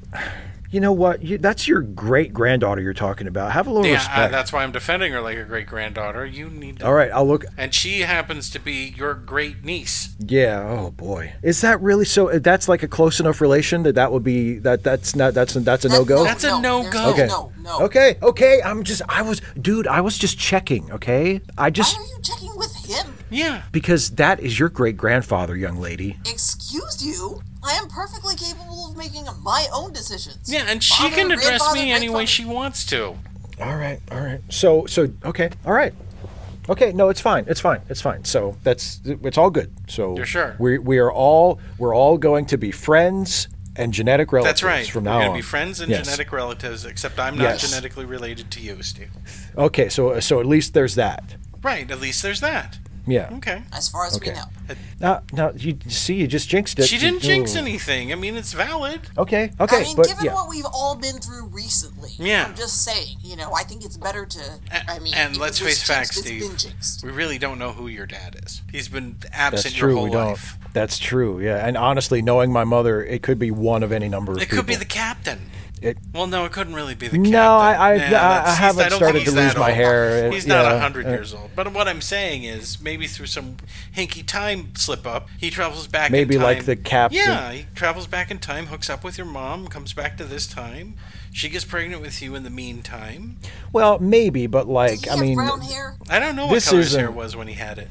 [SPEAKER 2] you know what? You, that's your great granddaughter you're talking about. Have a little
[SPEAKER 1] Yeah,
[SPEAKER 2] respect.
[SPEAKER 1] I, that's why I'm defending her like a great granddaughter. You need to.
[SPEAKER 2] all right, I'll look.
[SPEAKER 1] And she happens to be your great niece.
[SPEAKER 2] Yeah. Oh boy. Is that really so? uh, That's like a close enough relation that that would be that. That's not. That's a, that's a no go.
[SPEAKER 1] That's a
[SPEAKER 3] no
[SPEAKER 1] no-go.
[SPEAKER 2] Okay.
[SPEAKER 3] No, no.
[SPEAKER 2] Okay. Okay. I'm just. I was. Dude. I was just checking. Okay. I
[SPEAKER 3] Why
[SPEAKER 2] just
[SPEAKER 3] are you checking with him?
[SPEAKER 1] Yeah.
[SPEAKER 2] because that is your great grandfather, young lady.
[SPEAKER 3] Excuse you. I am perfectly capable of making my own decisions.
[SPEAKER 1] Yeah, and she
[SPEAKER 3] Father,
[SPEAKER 1] can address
[SPEAKER 3] grandfather,
[SPEAKER 1] me any way
[SPEAKER 3] grandfather-
[SPEAKER 1] she wants to.
[SPEAKER 2] All right. All right. So. So. Okay. All right. Okay. No. It's fine. It's fine. It's fine. So that's. It's all good. So.
[SPEAKER 1] You're sure?
[SPEAKER 2] We we are all we're all going to be friends. and genetic relatives
[SPEAKER 1] That's right.
[SPEAKER 2] from
[SPEAKER 1] We're
[SPEAKER 2] now
[SPEAKER 1] gonna
[SPEAKER 2] on.
[SPEAKER 1] be friends and
[SPEAKER 2] Yes.
[SPEAKER 1] genetic relatives, except I'm not
[SPEAKER 2] Yes.
[SPEAKER 1] genetically related to you, Steve.
[SPEAKER 2] Okay, so so at least there's that.
[SPEAKER 1] Right. At least there's that.
[SPEAKER 2] Yeah.
[SPEAKER 1] Okay.
[SPEAKER 3] as far as
[SPEAKER 2] Okay.
[SPEAKER 3] we know.
[SPEAKER 2] Now, now you see, you just jinxed it.
[SPEAKER 1] She didn't
[SPEAKER 2] You-
[SPEAKER 1] jinx anything. I mean, it's valid.
[SPEAKER 2] Okay, okay,
[SPEAKER 3] I mean,
[SPEAKER 2] but
[SPEAKER 3] given
[SPEAKER 2] yeah,
[SPEAKER 3] what we've all been through recently,
[SPEAKER 1] Yeah.
[SPEAKER 3] I'm just saying, you know, I think it's better to.
[SPEAKER 1] A-
[SPEAKER 3] I mean,
[SPEAKER 1] and
[SPEAKER 3] if
[SPEAKER 1] let's
[SPEAKER 3] it was
[SPEAKER 1] face facts,
[SPEAKER 3] jinxed, it's been
[SPEAKER 1] Steve.
[SPEAKER 3] jinxed.
[SPEAKER 1] We really don't know who your dad is. He's been
[SPEAKER 2] that's
[SPEAKER 1] absent your
[SPEAKER 2] true.
[SPEAKER 1] whole
[SPEAKER 2] We don't.
[SPEAKER 1] life.
[SPEAKER 2] That's true. Yeah, and honestly, knowing my mother, it could be one of any number of
[SPEAKER 1] It could be the
[SPEAKER 2] people.
[SPEAKER 1] captain.
[SPEAKER 2] It-
[SPEAKER 1] well, no, it couldn't really be the captain.
[SPEAKER 2] No, I- I-
[SPEAKER 1] Nah,
[SPEAKER 2] I-
[SPEAKER 1] that's-
[SPEAKER 2] I
[SPEAKER 1] he's-
[SPEAKER 2] haven't
[SPEAKER 1] don't think
[SPEAKER 2] started to
[SPEAKER 1] he's
[SPEAKER 2] lose
[SPEAKER 1] that
[SPEAKER 2] my
[SPEAKER 1] old.
[SPEAKER 2] hair, uh,
[SPEAKER 1] He's not
[SPEAKER 2] yeah,
[SPEAKER 1] a hundred
[SPEAKER 2] uh,
[SPEAKER 1] years old. But what I'm saying is, maybe through some hinky time slip up, he travels back.
[SPEAKER 2] Maybe
[SPEAKER 1] in time.
[SPEAKER 2] like the captain.
[SPEAKER 1] Yeah, he travels back in time, hooks up with your mom, comes back to this time. She gets pregnant with you in the meantime.
[SPEAKER 2] Well, maybe, but
[SPEAKER 3] Did
[SPEAKER 2] like,
[SPEAKER 3] he
[SPEAKER 2] I
[SPEAKER 3] have
[SPEAKER 2] mean,
[SPEAKER 3] brown hair?
[SPEAKER 1] I don't know what
[SPEAKER 2] This
[SPEAKER 1] color his
[SPEAKER 2] isn't-
[SPEAKER 1] hair was when he had it.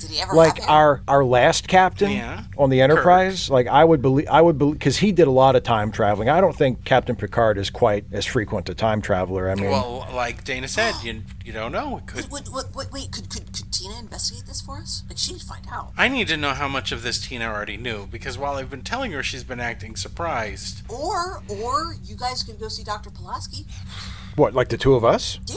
[SPEAKER 3] Did he ever have
[SPEAKER 2] like
[SPEAKER 3] hair?
[SPEAKER 2] our our last captain
[SPEAKER 1] Yeah.
[SPEAKER 2] on the
[SPEAKER 1] Kirk.
[SPEAKER 2] Enterprise. Like, I would believe, I would believe, because he did a lot of time traveling. I don't think Captain Picard is quite as frequent a time traveler. I mean,
[SPEAKER 1] Well, like Dana said, you you don't know. It could.
[SPEAKER 3] Wait, wait, wait, wait, wait, could, could, could Tina investigate this for us? Like, she'd find out.
[SPEAKER 1] I need to know how much of this Tina already knew because while I've been telling her, she's been acting surprised.
[SPEAKER 3] Or, or you guys could go see Dr. Pulaski.
[SPEAKER 2] what, like the two of us,
[SPEAKER 3] Yeah,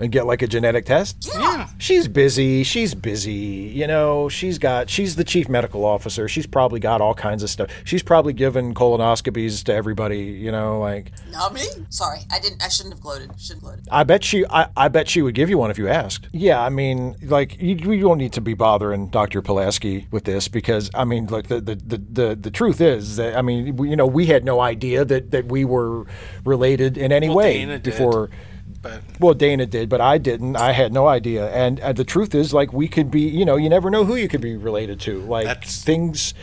[SPEAKER 2] and get like a genetic test?
[SPEAKER 3] yeah.
[SPEAKER 1] Yeah.
[SPEAKER 2] She's busy. She's busy. You know, she's got, she's the chief medical officer. She's probably got all kinds of stuff. She's probably given colonoscopies to everybody, you know, like,
[SPEAKER 3] Not me. Sorry, I didn't. I shouldn't have gloated. Shouldn't have gloated.
[SPEAKER 2] I bet she, I, I bet she would give you one if you asked. Yeah. I mean, like, you, you don't need to be bothering Dr. Pulaski with this because, I mean, look, the, the, the, the, the truth is that, I mean, we, you know, we had no idea that, that we were related in any
[SPEAKER 1] Well,
[SPEAKER 2] way
[SPEAKER 1] Dana did.
[SPEAKER 2] before.
[SPEAKER 1] But
[SPEAKER 2] Well, Dana did, but I didn't. I had no idea. And uh, the truth is, like, we could be, you know, you never know who you could be related to. Like,
[SPEAKER 1] That's-
[SPEAKER 2] things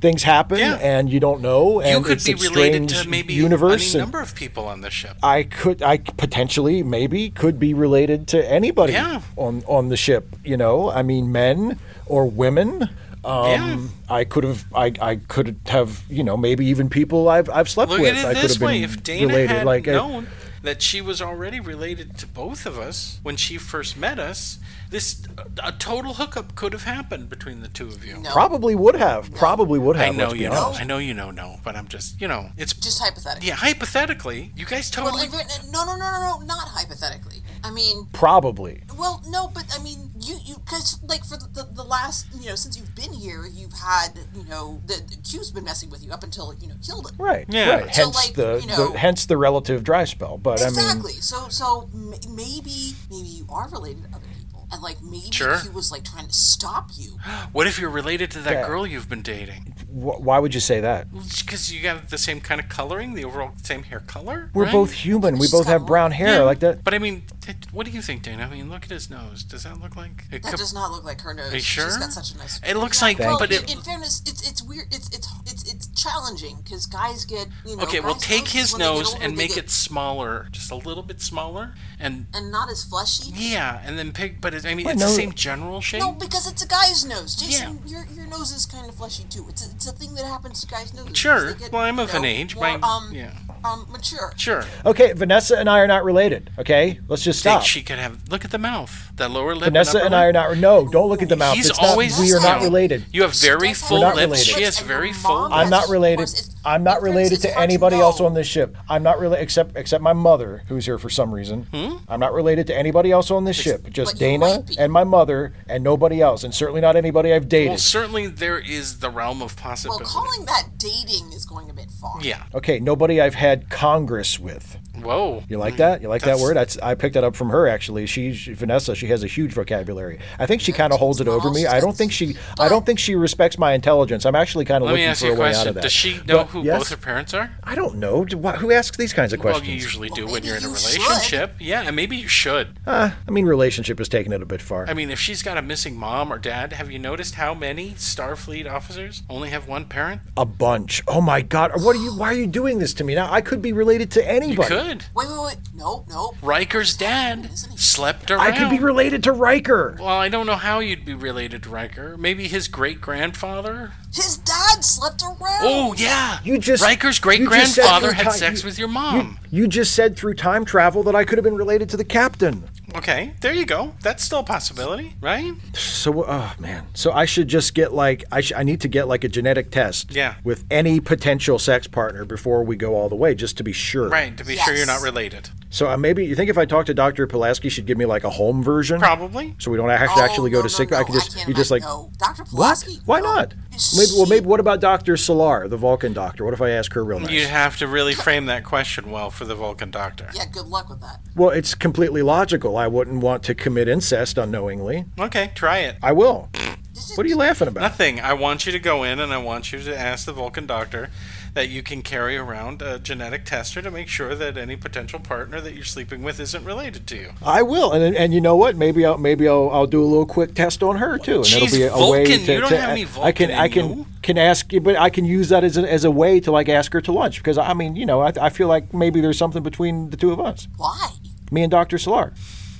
[SPEAKER 2] things happen
[SPEAKER 1] Yeah.
[SPEAKER 2] and you don't know. And
[SPEAKER 1] you could
[SPEAKER 2] it's
[SPEAKER 1] be
[SPEAKER 2] a
[SPEAKER 1] related
[SPEAKER 2] strange
[SPEAKER 1] to maybe
[SPEAKER 2] universe.
[SPEAKER 1] any
[SPEAKER 2] and
[SPEAKER 1] number of people on this ship.
[SPEAKER 2] I could, I potentially, maybe could be related to anybody
[SPEAKER 1] Yeah.
[SPEAKER 2] on, on the ship, you know? I mean, men or women. Um, I could have, I, I could have, you know, maybe even people I've, I've slept
[SPEAKER 1] Look
[SPEAKER 2] with.
[SPEAKER 1] at
[SPEAKER 2] I
[SPEAKER 1] it
[SPEAKER 2] could
[SPEAKER 1] this
[SPEAKER 2] have been
[SPEAKER 1] way: if Dana
[SPEAKER 2] related,
[SPEAKER 1] had
[SPEAKER 2] like, uh,
[SPEAKER 1] known that she was already related to both of us when she first met us, this a, a total hookup could have happened between the two of you.
[SPEAKER 3] No,
[SPEAKER 2] probably would have, probably would have.
[SPEAKER 1] I know
[SPEAKER 2] let's be
[SPEAKER 1] you
[SPEAKER 2] honest.
[SPEAKER 1] know. I know you know. No, but I'm just you know. It's
[SPEAKER 3] just hypothetically.
[SPEAKER 1] yeah. Hypothetically, you guys
[SPEAKER 3] Well,
[SPEAKER 1] totally.
[SPEAKER 3] in fact, no, no, no, no, no, not hypothetically. I mean,
[SPEAKER 2] Probably.
[SPEAKER 3] Well, no, but I mean, you, you, because like for the, the, the last, you know, since you've been here, you've had, you know, the, the Q's been messing with you up until you know killed it.
[SPEAKER 2] Right.
[SPEAKER 1] Yeah.
[SPEAKER 2] Right.
[SPEAKER 1] So,
[SPEAKER 2] Hence
[SPEAKER 3] like,
[SPEAKER 2] the,
[SPEAKER 3] you know-
[SPEAKER 2] the hence the relative dry spell. But I mean
[SPEAKER 3] Exactly. So, so m- maybe, maybe you are related to other people, and like maybe
[SPEAKER 1] Sure.
[SPEAKER 3] Q was like trying to stop you.
[SPEAKER 1] What if you're related to that
[SPEAKER 2] Yeah.
[SPEAKER 1] girl you've been dating?
[SPEAKER 2] wh- why would you say that?
[SPEAKER 1] Because you got the same kind of coloring, the overall same hair color.
[SPEAKER 2] We're
[SPEAKER 1] right?
[SPEAKER 2] both human. We
[SPEAKER 3] She's
[SPEAKER 2] both
[SPEAKER 3] got
[SPEAKER 2] have brown hair like that.
[SPEAKER 1] But I mean, th- what do you think, Dana? I mean, look at his nose. Does that look like it
[SPEAKER 3] That
[SPEAKER 1] could-
[SPEAKER 3] does not look like her nose.
[SPEAKER 1] you sure?
[SPEAKER 3] She's got such a nice.
[SPEAKER 1] It looks
[SPEAKER 3] Yeah,
[SPEAKER 1] like-
[SPEAKER 3] Well,
[SPEAKER 1] but
[SPEAKER 3] in,
[SPEAKER 1] it-
[SPEAKER 3] in fairness, it's it's weird. It's it's it's it's challenging because guys get you know.
[SPEAKER 1] Okay, well,
[SPEAKER 3] guys'
[SPEAKER 1] take
[SPEAKER 3] noses,
[SPEAKER 1] his
[SPEAKER 3] when they get
[SPEAKER 1] nose
[SPEAKER 3] older,
[SPEAKER 1] and
[SPEAKER 3] they
[SPEAKER 1] make
[SPEAKER 3] get-
[SPEAKER 1] it smaller, just a little bit smaller, and
[SPEAKER 3] and not as fleshy.
[SPEAKER 1] yeah, and then pick. But it, I mean,
[SPEAKER 2] My
[SPEAKER 1] it's the
[SPEAKER 2] nose-
[SPEAKER 1] same general shape.
[SPEAKER 3] No, because it's a guy's nose. Jason, your, your nose is kind of fleshy too. It's a, it's a thing that happens to guys' noses.
[SPEAKER 1] Sure.
[SPEAKER 3] They
[SPEAKER 1] Well, I'm
[SPEAKER 3] you
[SPEAKER 1] of an age.
[SPEAKER 3] More,
[SPEAKER 1] My-
[SPEAKER 3] um,
[SPEAKER 1] yeah.
[SPEAKER 3] um, mature.
[SPEAKER 1] Sure.
[SPEAKER 2] Okay, Vanessa and I are not related. Okay, let's just
[SPEAKER 1] Think
[SPEAKER 2] stop.
[SPEAKER 1] she could have. Look at the mouth, the lower lip.
[SPEAKER 2] Vanessa
[SPEAKER 1] upper
[SPEAKER 2] and I are
[SPEAKER 1] lip.
[SPEAKER 2] not. No, don't look at the mouth.
[SPEAKER 1] He's
[SPEAKER 2] it's
[SPEAKER 1] always.
[SPEAKER 2] not, we are not
[SPEAKER 1] you know,
[SPEAKER 2] related.
[SPEAKER 1] You have very
[SPEAKER 3] Sometimes
[SPEAKER 1] full
[SPEAKER 2] We're not
[SPEAKER 1] lips. She
[SPEAKER 2] related.
[SPEAKER 1] has
[SPEAKER 3] And
[SPEAKER 1] very
[SPEAKER 3] your
[SPEAKER 1] full.
[SPEAKER 3] mom
[SPEAKER 1] lips.
[SPEAKER 2] I'm
[SPEAKER 3] Yes,
[SPEAKER 2] not
[SPEAKER 3] of
[SPEAKER 2] related.
[SPEAKER 3] course, it's-
[SPEAKER 2] I'm not
[SPEAKER 3] your friends,
[SPEAKER 2] related
[SPEAKER 3] it's
[SPEAKER 2] to
[SPEAKER 3] hard to
[SPEAKER 2] anybody else
[SPEAKER 3] know.
[SPEAKER 2] on this ship. I'm not really except except my mother, who's here for some reason.
[SPEAKER 1] Hmm?
[SPEAKER 2] I'm not related to anybody else on this ship. Just
[SPEAKER 3] but you
[SPEAKER 2] Dana
[SPEAKER 3] might be.
[SPEAKER 2] and my mother, and nobody else, and certainly not anybody I've dated.
[SPEAKER 1] Well, certainly there is the realm of
[SPEAKER 3] Well,
[SPEAKER 1] possibility.
[SPEAKER 3] calling that dating is going a bit far.
[SPEAKER 1] yeah.
[SPEAKER 2] okay, nobody I've had Congress with.
[SPEAKER 1] Whoa.
[SPEAKER 2] You like that? You like
[SPEAKER 1] Hmm. That's-
[SPEAKER 2] that word? That's I picked that up from her actually. She, she Vanessa, she has a huge vocabulary. I think she kind of holds it over me. I don't think she I don't think she respects my intelligence. I'm actually kind of
[SPEAKER 1] Let me
[SPEAKER 2] looking
[SPEAKER 1] ask
[SPEAKER 2] for
[SPEAKER 1] you
[SPEAKER 2] a
[SPEAKER 1] a
[SPEAKER 2] way out
[SPEAKER 1] question.
[SPEAKER 2] of that.
[SPEAKER 1] Does she know
[SPEAKER 2] But-
[SPEAKER 1] who
[SPEAKER 2] yes?
[SPEAKER 1] both her parents are?
[SPEAKER 2] I don't know. Do- why- Who asks these kinds of
[SPEAKER 1] Well, you
[SPEAKER 2] questions?
[SPEAKER 1] usually do when
[SPEAKER 3] maybe
[SPEAKER 1] you're in a
[SPEAKER 3] you should.
[SPEAKER 1] relationship. Yeah, and maybe you should.
[SPEAKER 2] I mean, relationship is taking it a bit far.
[SPEAKER 1] I mean, if she's got a missing mom or dad, have you noticed how many Starfleet officers only have one parent?
[SPEAKER 2] a bunch. Oh my god. What are you why are you doing this to me? Now I could be related to
[SPEAKER 1] You
[SPEAKER 2] anybody.
[SPEAKER 1] could.
[SPEAKER 3] Wait, wait, wait. Nope, nope.
[SPEAKER 1] Riker's dad
[SPEAKER 3] Isn't he?
[SPEAKER 1] slept around.
[SPEAKER 2] I could be related to Riker.
[SPEAKER 1] well, I don't know how you'd be related to Riker. Maybe his great grandfather.
[SPEAKER 3] His dad slept around.
[SPEAKER 1] Oh yeah,
[SPEAKER 2] You just
[SPEAKER 1] Riker's
[SPEAKER 2] you
[SPEAKER 1] great
[SPEAKER 2] just said through
[SPEAKER 1] grandfather had
[SPEAKER 2] ti-
[SPEAKER 1] sex
[SPEAKER 2] you-
[SPEAKER 1] with your
[SPEAKER 2] you-
[SPEAKER 1] mom.
[SPEAKER 2] You, just said through time travel that I could have been related to the captain.
[SPEAKER 1] Okay, there you go. That's still a possibility, right?
[SPEAKER 2] So, oh man. So I should just get like I sh- I need to get like a genetic test.
[SPEAKER 1] Yeah.
[SPEAKER 2] With any potential sex partner before we go all the way, just to be sure.
[SPEAKER 1] Right, to be sure you're not
[SPEAKER 3] Yes.
[SPEAKER 1] related.
[SPEAKER 2] So uh, maybe you think if I talk to Doctor Pulaski, she'd give me like a home version,
[SPEAKER 1] Probably.
[SPEAKER 2] so we don't have to actually go
[SPEAKER 3] Oh,
[SPEAKER 2] to
[SPEAKER 3] no, no,
[SPEAKER 2] sick.
[SPEAKER 3] no,
[SPEAKER 2] I could just
[SPEAKER 3] can't
[SPEAKER 2] you just
[SPEAKER 3] imagine-
[SPEAKER 2] like
[SPEAKER 3] no. Dr.
[SPEAKER 2] what?
[SPEAKER 3] Pulaski.
[SPEAKER 2] Why
[SPEAKER 3] no.
[SPEAKER 2] not? Maybe well,
[SPEAKER 3] She-
[SPEAKER 2] maybe what about Doctor Solar, the Vulcan doctor? What if I ask her real nice?
[SPEAKER 1] You have to really frame that question well for the Vulcan doctor.
[SPEAKER 3] Yeah, good luck with that.
[SPEAKER 2] Well, it's completely logical. I wouldn't want to commit incest unknowingly.
[SPEAKER 1] Okay, try it.
[SPEAKER 2] I will.
[SPEAKER 3] This is-
[SPEAKER 2] What are you laughing about?
[SPEAKER 1] Nothing. I want you to go in and I want you to ask the Vulcan doctor that you can carry around a genetic tester to make sure that any potential partner that you're sleeping with isn't related to you.
[SPEAKER 2] I will, and and you know what? Maybe I'll maybe I'll, I'll do a little quick test on her too, and
[SPEAKER 1] She's
[SPEAKER 2] it'll be a,
[SPEAKER 1] Vulcan.
[SPEAKER 2] way to,
[SPEAKER 1] You don't
[SPEAKER 2] to-
[SPEAKER 1] have any
[SPEAKER 2] I can
[SPEAKER 1] Vulcan
[SPEAKER 2] I
[SPEAKER 1] in
[SPEAKER 2] can
[SPEAKER 1] you.
[SPEAKER 2] can ask, you, but I can use that as a, as a way to like ask her to lunch because I mean you know I, I feel like maybe there's something between the two of us,
[SPEAKER 3] Why?
[SPEAKER 2] me and Doctor Solar.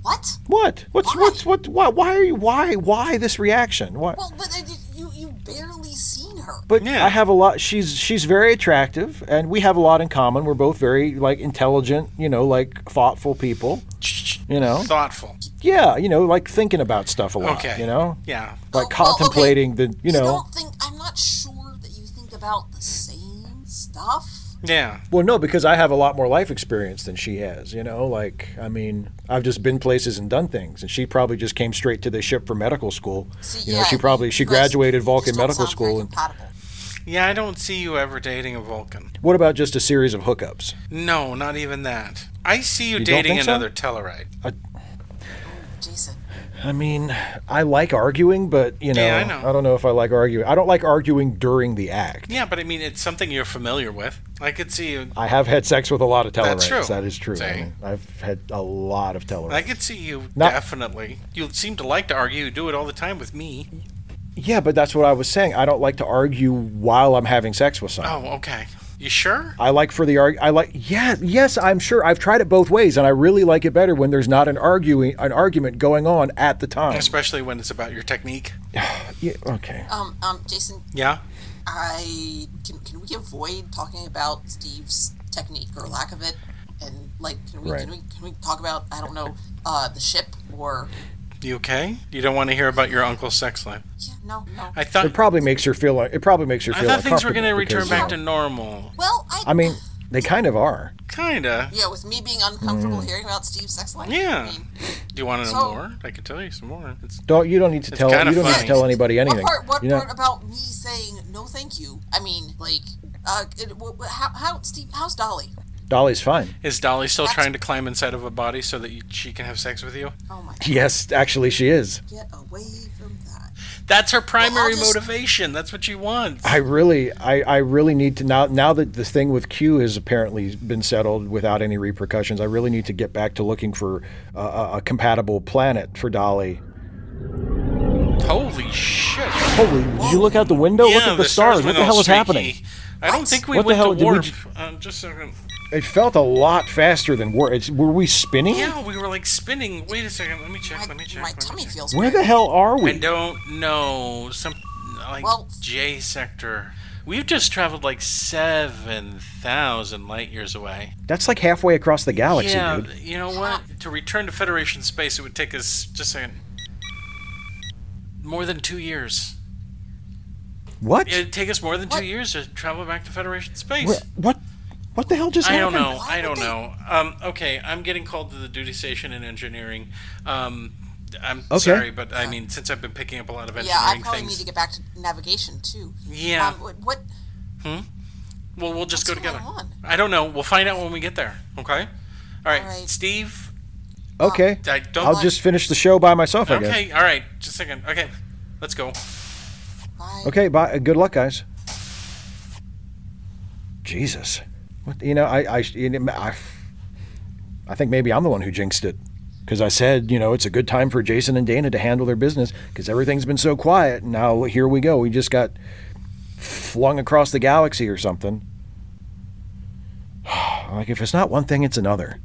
[SPEAKER 3] What?
[SPEAKER 2] What? What's
[SPEAKER 3] Why?
[SPEAKER 2] what's what? Why? Why are you? Why? Why this reaction? Why?
[SPEAKER 3] Well, but I- you you barely seen her.
[SPEAKER 2] But
[SPEAKER 1] Yeah.
[SPEAKER 2] I have a lot. She's she's very attractive, and we have a lot in common. We're both very like intelligent, you know, like thoughtful people. You know,
[SPEAKER 1] Thoughtful.
[SPEAKER 2] yeah, you know, like thinking about stuff a lot.
[SPEAKER 1] Okay.
[SPEAKER 2] You know,
[SPEAKER 1] Yeah.
[SPEAKER 2] like
[SPEAKER 3] Oh, well, okay.
[SPEAKER 2] contemplating the, you know.
[SPEAKER 3] don't think I'm not sure that you think about the same stuff.
[SPEAKER 1] Yeah.
[SPEAKER 2] Well, no, because I have a lot more life experience than she has. You know, like I mean, I've just been places and done things, and she probably just came straight to the ship for medical school.
[SPEAKER 3] See,
[SPEAKER 2] you know,
[SPEAKER 3] yeah,
[SPEAKER 2] she probably she
[SPEAKER 3] you guys
[SPEAKER 2] graduated
[SPEAKER 3] just
[SPEAKER 2] Vulcan
[SPEAKER 3] don't
[SPEAKER 2] Medical
[SPEAKER 3] sound very
[SPEAKER 2] School. And
[SPEAKER 3] compatible.
[SPEAKER 1] Yeah, I don't see you ever dating a Vulcan.
[SPEAKER 2] what about just a series of hookups?
[SPEAKER 1] No, not even that. I see you,
[SPEAKER 2] You don't
[SPEAKER 1] dating
[SPEAKER 2] think so?
[SPEAKER 1] another Tellarite.
[SPEAKER 3] Jason,
[SPEAKER 2] I mean, I like arguing, but you know,
[SPEAKER 1] Yeah, I know.
[SPEAKER 2] don't know if I like arguing. I don't like arguing during the act.
[SPEAKER 1] Yeah, but I mean, it's something you're familiar with. I could see you.
[SPEAKER 2] I have had sex with a lot of Tellarites.
[SPEAKER 1] That's true.
[SPEAKER 2] That is true. I
[SPEAKER 1] Same.
[SPEAKER 2] mean, I've had a lot of Tellarites.
[SPEAKER 1] I could see you
[SPEAKER 2] Not-
[SPEAKER 1] definitely. You seem to like to argue. You do it all the time with me.
[SPEAKER 2] yeah, but that's what I was saying. I don't like to argue while I'm having sex with someone.
[SPEAKER 1] Oh, okay. You sure?
[SPEAKER 2] I like for the arg. I like yeah, yes. I'm sure. I've tried it both ways, and I really like it better when there's not an arguing an argument going on at the time.
[SPEAKER 1] Especially when it's about your technique.
[SPEAKER 2] Yeah, okay.
[SPEAKER 3] um, um, Jason,
[SPEAKER 1] Yeah.
[SPEAKER 3] I can can we avoid talking about Steve's technique or lack of it, and like can we
[SPEAKER 2] Right.
[SPEAKER 3] can we can we talk about I don't know uh the ship or
[SPEAKER 1] You okay? You don't want to hear about your uncle's sex life.
[SPEAKER 3] yeah no no
[SPEAKER 1] I thought.
[SPEAKER 2] It probably makes her feel. It probably makes her
[SPEAKER 1] I
[SPEAKER 2] feel.
[SPEAKER 1] thought things were going to
[SPEAKER 2] uncomfortable
[SPEAKER 1] return
[SPEAKER 2] because,
[SPEAKER 1] back
[SPEAKER 2] you
[SPEAKER 1] to
[SPEAKER 2] know,
[SPEAKER 1] normal.
[SPEAKER 3] well I
[SPEAKER 2] I mean, they kind of are.
[SPEAKER 1] Kinda.
[SPEAKER 3] yeah with me being uncomfortable
[SPEAKER 2] Mm.
[SPEAKER 3] hearing about Steve's sex life I
[SPEAKER 1] Yeah.
[SPEAKER 3] mean,
[SPEAKER 1] Do you want to know
[SPEAKER 3] So-
[SPEAKER 1] more? I could tell you some more. It's,
[SPEAKER 2] Don't you don't need to tell you
[SPEAKER 1] kinda
[SPEAKER 2] don't need to
[SPEAKER 1] funny.
[SPEAKER 2] tell anybody anything.
[SPEAKER 3] What part, what
[SPEAKER 2] you know,
[SPEAKER 3] part about me saying no, thank you? I mean, like, uh, it, wh- wh- how, how, Steve, how's Dolly?
[SPEAKER 2] Dolly's fine.
[SPEAKER 1] is Dolly still
[SPEAKER 3] That's-
[SPEAKER 1] trying to climb inside of a body so that you, she can have sex with you?
[SPEAKER 3] Oh my,
[SPEAKER 2] Yes, actually she is.
[SPEAKER 3] get away from that!
[SPEAKER 1] That's her primary
[SPEAKER 3] just-
[SPEAKER 1] motivation. That's what she wants.
[SPEAKER 2] I really I, I really need to now now that the thing with Q has apparently been settled without any repercussions. I really need to get back to looking for uh, a, a compatible planet for Dolly.
[SPEAKER 1] Holy shit.
[SPEAKER 2] Holy! Did you look out the window? look at the, stars. What
[SPEAKER 1] went
[SPEAKER 2] the
[SPEAKER 1] all
[SPEAKER 2] hell is
[SPEAKER 1] streaky.
[SPEAKER 2] happening?
[SPEAKER 1] I don't think we
[SPEAKER 2] What the
[SPEAKER 1] went
[SPEAKER 2] hell? Did
[SPEAKER 1] to
[SPEAKER 2] we
[SPEAKER 1] warp.
[SPEAKER 2] j- Hmm?
[SPEAKER 1] um, just a second.
[SPEAKER 2] It felt a lot faster than war. It's, were we spinning?
[SPEAKER 1] Yeah, we were like spinning. Wait a second. Let me check.
[SPEAKER 3] My,
[SPEAKER 1] let me check.
[SPEAKER 3] my
[SPEAKER 1] let me
[SPEAKER 3] tummy
[SPEAKER 1] check.
[SPEAKER 3] feels
[SPEAKER 2] Where
[SPEAKER 3] weird.
[SPEAKER 2] the hell are
[SPEAKER 1] I
[SPEAKER 2] we?
[SPEAKER 1] don't know. Some like
[SPEAKER 3] Well-
[SPEAKER 1] J sector. We've just traveled like seven thousand light years away.
[SPEAKER 2] That's like halfway across the galaxy,
[SPEAKER 1] yeah,
[SPEAKER 2] dude.
[SPEAKER 1] you know what? To return to Federation space, it would take us just a second. More than two years.
[SPEAKER 2] What?
[SPEAKER 1] It'd take us more than
[SPEAKER 3] What?
[SPEAKER 1] two years to travel back to Federation space.
[SPEAKER 2] Where- what? What the hell just
[SPEAKER 1] I don't
[SPEAKER 2] happened?
[SPEAKER 1] know.
[SPEAKER 3] Why
[SPEAKER 1] I
[SPEAKER 3] would
[SPEAKER 1] don't
[SPEAKER 3] they-
[SPEAKER 1] know. Um, okay, I'm getting called to the duty station in engineering. Um, I'm
[SPEAKER 2] Okay.
[SPEAKER 1] sorry, but I mean, since I've been picking up a lot of
[SPEAKER 3] yeah, I
[SPEAKER 1] engineering
[SPEAKER 3] probably
[SPEAKER 1] things,
[SPEAKER 3] need to get back to navigation too.
[SPEAKER 1] Yeah.
[SPEAKER 3] Um, what? what
[SPEAKER 1] well, we'll just go
[SPEAKER 3] What's
[SPEAKER 1] together.
[SPEAKER 3] going on?
[SPEAKER 1] I don't know. We'll find out when we get there. Okay. All right,
[SPEAKER 3] All right.
[SPEAKER 1] Steve.
[SPEAKER 2] Okay.
[SPEAKER 1] I don't.
[SPEAKER 2] I'll just finish the show by myself, I guess.
[SPEAKER 1] okay. All right. Just a second. Okay. Let's go.
[SPEAKER 3] Bye.
[SPEAKER 2] Okay, bye. Uh, Good luck, guys. Jesus. What, you know, I, I, you know, I, I think maybe I'm the one who jinxed it. Because I said, you know, it's a good time for Jason and Dana to handle their business because everything's been so quiet. And now here we go. We just got flung across the galaxy or something. like, if it's not one thing, it's another.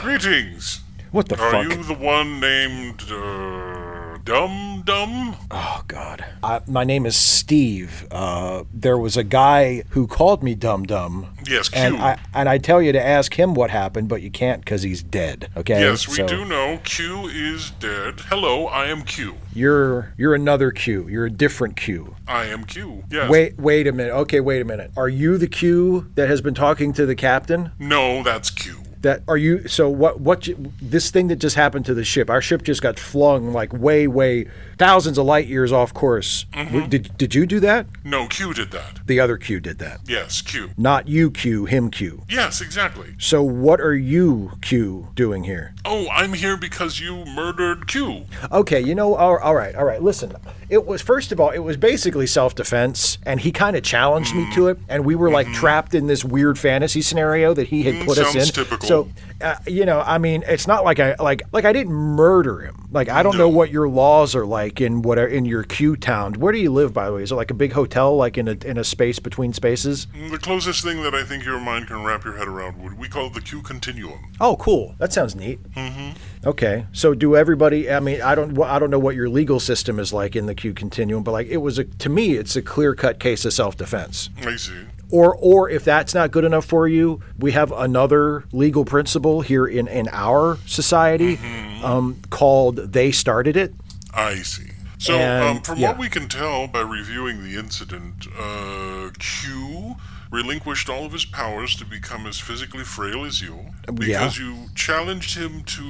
[SPEAKER 4] Greetings.
[SPEAKER 2] What the
[SPEAKER 4] Are
[SPEAKER 2] fuck?
[SPEAKER 4] you the one named uh, Dum dum dum.
[SPEAKER 2] Oh God. I, my name is Steve. Uh, there was a guy who called me Dum Dum.
[SPEAKER 4] Yes, Q.
[SPEAKER 2] And I and I tell you to ask him what happened, but you can't because he's dead. Okay.
[SPEAKER 4] Yes, we
[SPEAKER 2] So
[SPEAKER 4] do know Q is dead. Hello, I am Q.
[SPEAKER 2] You're you're another Q. You're a different Q.
[SPEAKER 4] I am Q. Yes.
[SPEAKER 2] Wait wait a minute. Okay, wait a minute. Are you the Q that has been talking to the captain?
[SPEAKER 4] No, that's Q.
[SPEAKER 2] That are you? So what? What? ju- This thing that just happened to the ship. Our ship just got flung like way, way thousands of light years off course.
[SPEAKER 4] Mm-hmm.
[SPEAKER 2] W- Did did you do that?
[SPEAKER 4] No, Q did that.
[SPEAKER 2] The other Q did that.
[SPEAKER 4] Yes, Q.
[SPEAKER 2] Not you, Q. Him, Q.
[SPEAKER 4] Yes, exactly.
[SPEAKER 2] So what are you, Q, doing here?
[SPEAKER 4] Oh, I'm here because you murdered Q.
[SPEAKER 2] Okay, you know, all, all right, all right. Listen, it was first of all, it was basically self-defense, and he kind of challenged me to it, and we were like trapped in this weird fantasy scenario that he had put us in.
[SPEAKER 4] Mm-hmm. Mm, sounds typical.
[SPEAKER 2] So, uh, you know, I mean, it's not like I like like I didn't murder him. Like I don't know what your laws are like in what in your Q town. Where do you live, by the way? Is it like a big hotel, like in a in a space between spaces?
[SPEAKER 4] Mm, The closest thing that I think your mind can wrap your head around would we call it the Q continuum.
[SPEAKER 2] Oh, cool. That sounds neat. Mm-hmm. Okay. So, do everybody? I mean, I don't. I don't know what your legal system is like in the Q continuum, but like, it was a to me, it's a clear cut case of self defense.
[SPEAKER 4] I see.
[SPEAKER 2] Or, or if that's not good enough for you, we have another legal principle here in in our society um, called "they started it."
[SPEAKER 4] I see. So, um,
[SPEAKER 2] And-
[SPEAKER 4] from
[SPEAKER 2] yeah.
[SPEAKER 4] what we can tell by reviewing the incident, uh, Q relinquished all of his powers to become as physically frail as you because you challenged him to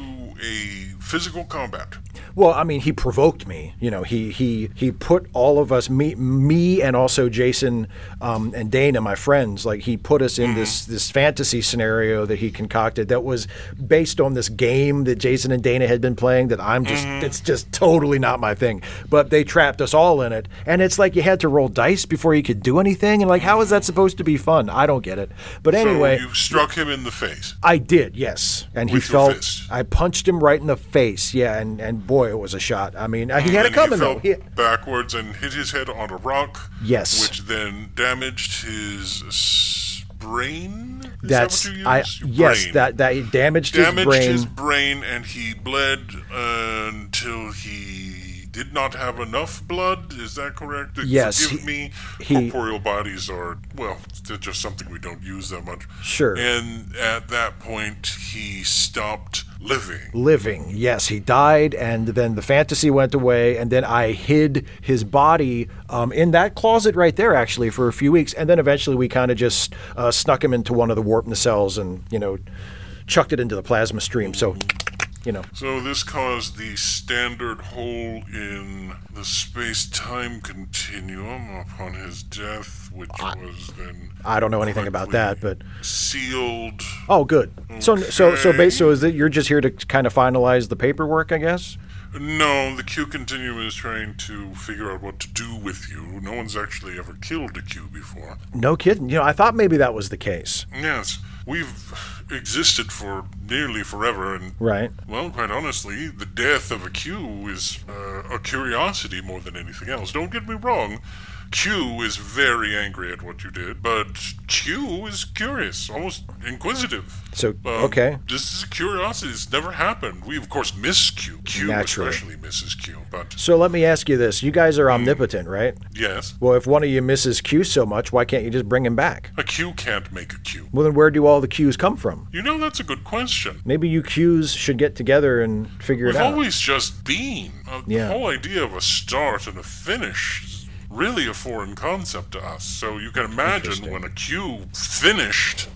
[SPEAKER 4] a physical combat.
[SPEAKER 2] Well, I mean, he provoked me. You know, he he he put all of us, me, me, and also Jason um, and Dana, my friends. Like he put us
[SPEAKER 4] Mm-hmm.
[SPEAKER 2] in this this fantasy scenario that he concocted that was based on this game that Jason and Dana had been playing. That I'm just,
[SPEAKER 4] Mm-hmm.
[SPEAKER 2] it's just totally not my thing. But they trapped us all in it, and it's like you had to roll dice before you could do anything. And like, how is that supposed to be fun? I don't get it. But anyway,
[SPEAKER 4] so you struck him in the face.
[SPEAKER 2] I did, yes. And he
[SPEAKER 4] With your
[SPEAKER 2] felt
[SPEAKER 4] fist.
[SPEAKER 2] I punched him right in the face. Yeah, and and boy, it was a shot. I mean, he had it
[SPEAKER 4] And he
[SPEAKER 2] coming though. He,
[SPEAKER 4] fell backwards and hit his head on a rock.
[SPEAKER 2] Yes.
[SPEAKER 4] Which then damaged his s- brain. Is
[SPEAKER 2] that's
[SPEAKER 4] that what you
[SPEAKER 2] I
[SPEAKER 4] use? Your
[SPEAKER 2] yes,
[SPEAKER 4] brain.
[SPEAKER 2] that that it damaged, his
[SPEAKER 4] damaged
[SPEAKER 2] brain.
[SPEAKER 4] his brain and he bled uh, until he did not have enough blood. Is that correct? Uh,
[SPEAKER 2] Yes,
[SPEAKER 4] Forgive
[SPEAKER 2] he-
[SPEAKER 4] me.
[SPEAKER 2] he-
[SPEAKER 4] Corporeal bodies are well, they're just something we don't use that much.
[SPEAKER 2] Sure.
[SPEAKER 4] And at that point, he stopped living.
[SPEAKER 2] living. Yes, he died, and then the fantasy went away, and then I hid his body um, in that closet right there, actually, for a few weeks, and then eventually we kind of just uh, snuck him into one of the warp nacelles and you know, chucked it into the plasma stream. So, you know,
[SPEAKER 4] So this caused the standard hole in the space-time continuum upon his death, which was then
[SPEAKER 2] I don't know anything about that, but.
[SPEAKER 4] sealed.
[SPEAKER 2] Oh, good. So, so, so, ba- so is that you're just here to kind of finalize the paperwork, I guess?
[SPEAKER 4] No, the Q continuum is trying to figure out what to do with you. No one's actually ever killed a Q before.
[SPEAKER 2] No kidding. You know, I thought maybe that was the case.
[SPEAKER 4] Yes, we've existed for nearly forever, and
[SPEAKER 2] Right.
[SPEAKER 4] well, quite honestly, the death of a Q is uh, a curiosity more than anything else. Don't get me wrong. Q is very angry at what you did, but Q is curious, almost inquisitive.
[SPEAKER 2] So,
[SPEAKER 4] Um,
[SPEAKER 2] okay.
[SPEAKER 4] This is a curiosity. It's never happened. We, of course, miss Q. Q
[SPEAKER 2] Naturally.
[SPEAKER 4] especially misses Q, but
[SPEAKER 2] So let me ask you this: You guys
[SPEAKER 4] Hmm.
[SPEAKER 2] are omnipotent, right?
[SPEAKER 4] yes.
[SPEAKER 2] Well, if one of you misses Q so much, why can't you just bring him back?
[SPEAKER 4] A Q can't make a Q.
[SPEAKER 2] Well, then where do all the Qs come from?
[SPEAKER 4] You know, that's a good question.
[SPEAKER 2] Maybe you Qs should get together and figure
[SPEAKER 4] We've
[SPEAKER 2] it out.
[SPEAKER 4] always just been. Uh,
[SPEAKER 2] Yeah.
[SPEAKER 4] The whole idea of a start and a finish is really a foreign concept to us. So you can imagine when a Q finished,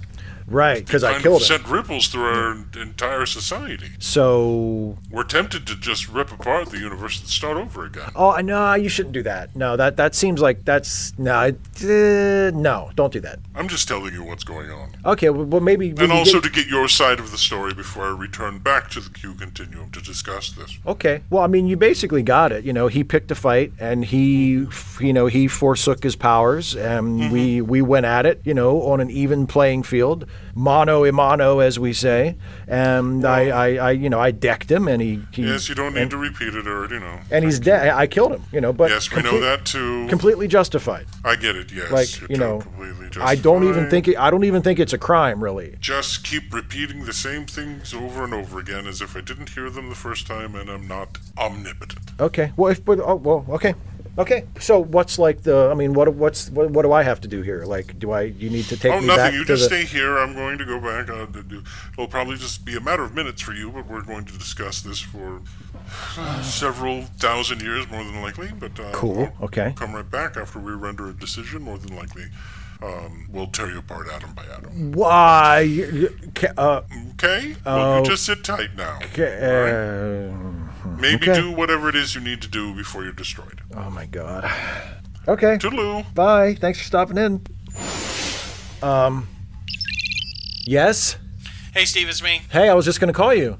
[SPEAKER 2] right? Because I
[SPEAKER 4] kind
[SPEAKER 2] killed
[SPEAKER 4] of
[SPEAKER 2] him.
[SPEAKER 4] sent ripples through our entire society.
[SPEAKER 2] So,
[SPEAKER 4] We're tempted to just rip apart the universe and start over again.
[SPEAKER 2] oh no, you shouldn't do that. No, that that seems like that's no, it, uh, no, don't do that.
[SPEAKER 4] I'm just telling you what's going on.
[SPEAKER 2] Okay, well, well maybe. when
[SPEAKER 4] And
[SPEAKER 2] you
[SPEAKER 4] also
[SPEAKER 2] get-
[SPEAKER 4] to get your side of the story before I return back to the Q continuum to discuss this.
[SPEAKER 2] Okay. Well, I mean, you basically got it. You know, he picked a fight, and he, f- you know, he forsook his powers, and we we went at it. You know, on an even playing field, mano imano, as we say. And I, I, I, you know, I decked him, and he, he
[SPEAKER 4] Yes, you don't need to repeat it, or you know.
[SPEAKER 2] and he's dead. I killed him, you know. But
[SPEAKER 4] Yes, we know
[SPEAKER 2] complete-
[SPEAKER 4] that too.
[SPEAKER 2] Completely justified.
[SPEAKER 4] I get it. Yes,
[SPEAKER 2] Like
[SPEAKER 4] you're
[SPEAKER 2] you know,
[SPEAKER 4] completely
[SPEAKER 2] I don't even
[SPEAKER 4] justified.
[SPEAKER 2] think it, I don't even think it's a crime, really.
[SPEAKER 4] Just keep repeating the same things over and over again, as if I didn't hear them the first time, and I'm not omnipotent.
[SPEAKER 2] Okay. Well, if but oh well, okay. Okay. So what's like the? I mean, what what's what, what do I have to do here? Like, do I you need to take
[SPEAKER 4] Oh,
[SPEAKER 2] me back
[SPEAKER 4] nothing. You
[SPEAKER 2] to
[SPEAKER 4] just
[SPEAKER 2] the?
[SPEAKER 4] stay here. I'm going to go back. Uh, to do- it'll probably just be a matter of minutes for you, but we're going to discuss this for several thousand years, more than likely. But uh,
[SPEAKER 2] Cool.
[SPEAKER 4] I'll
[SPEAKER 2] Okay.
[SPEAKER 4] Come right back after we render a decision, more than likely. Um, we'll tear you apart atom by atom.
[SPEAKER 2] Why? you- you- ca- Uh,
[SPEAKER 4] Okay? well,
[SPEAKER 2] Oh,
[SPEAKER 4] you just sit tight now. All
[SPEAKER 2] ca-
[SPEAKER 4] right?
[SPEAKER 2] uh,
[SPEAKER 4] Maybe
[SPEAKER 2] okay.
[SPEAKER 4] do whatever it is you need to do before you're destroyed.
[SPEAKER 2] oh my god. Okay.
[SPEAKER 4] Toodaloo.
[SPEAKER 2] Bye. Thanks for stopping in. Um. Yes.
[SPEAKER 1] Hey, Steve, it's me.
[SPEAKER 2] Hey, I was just gonna call you.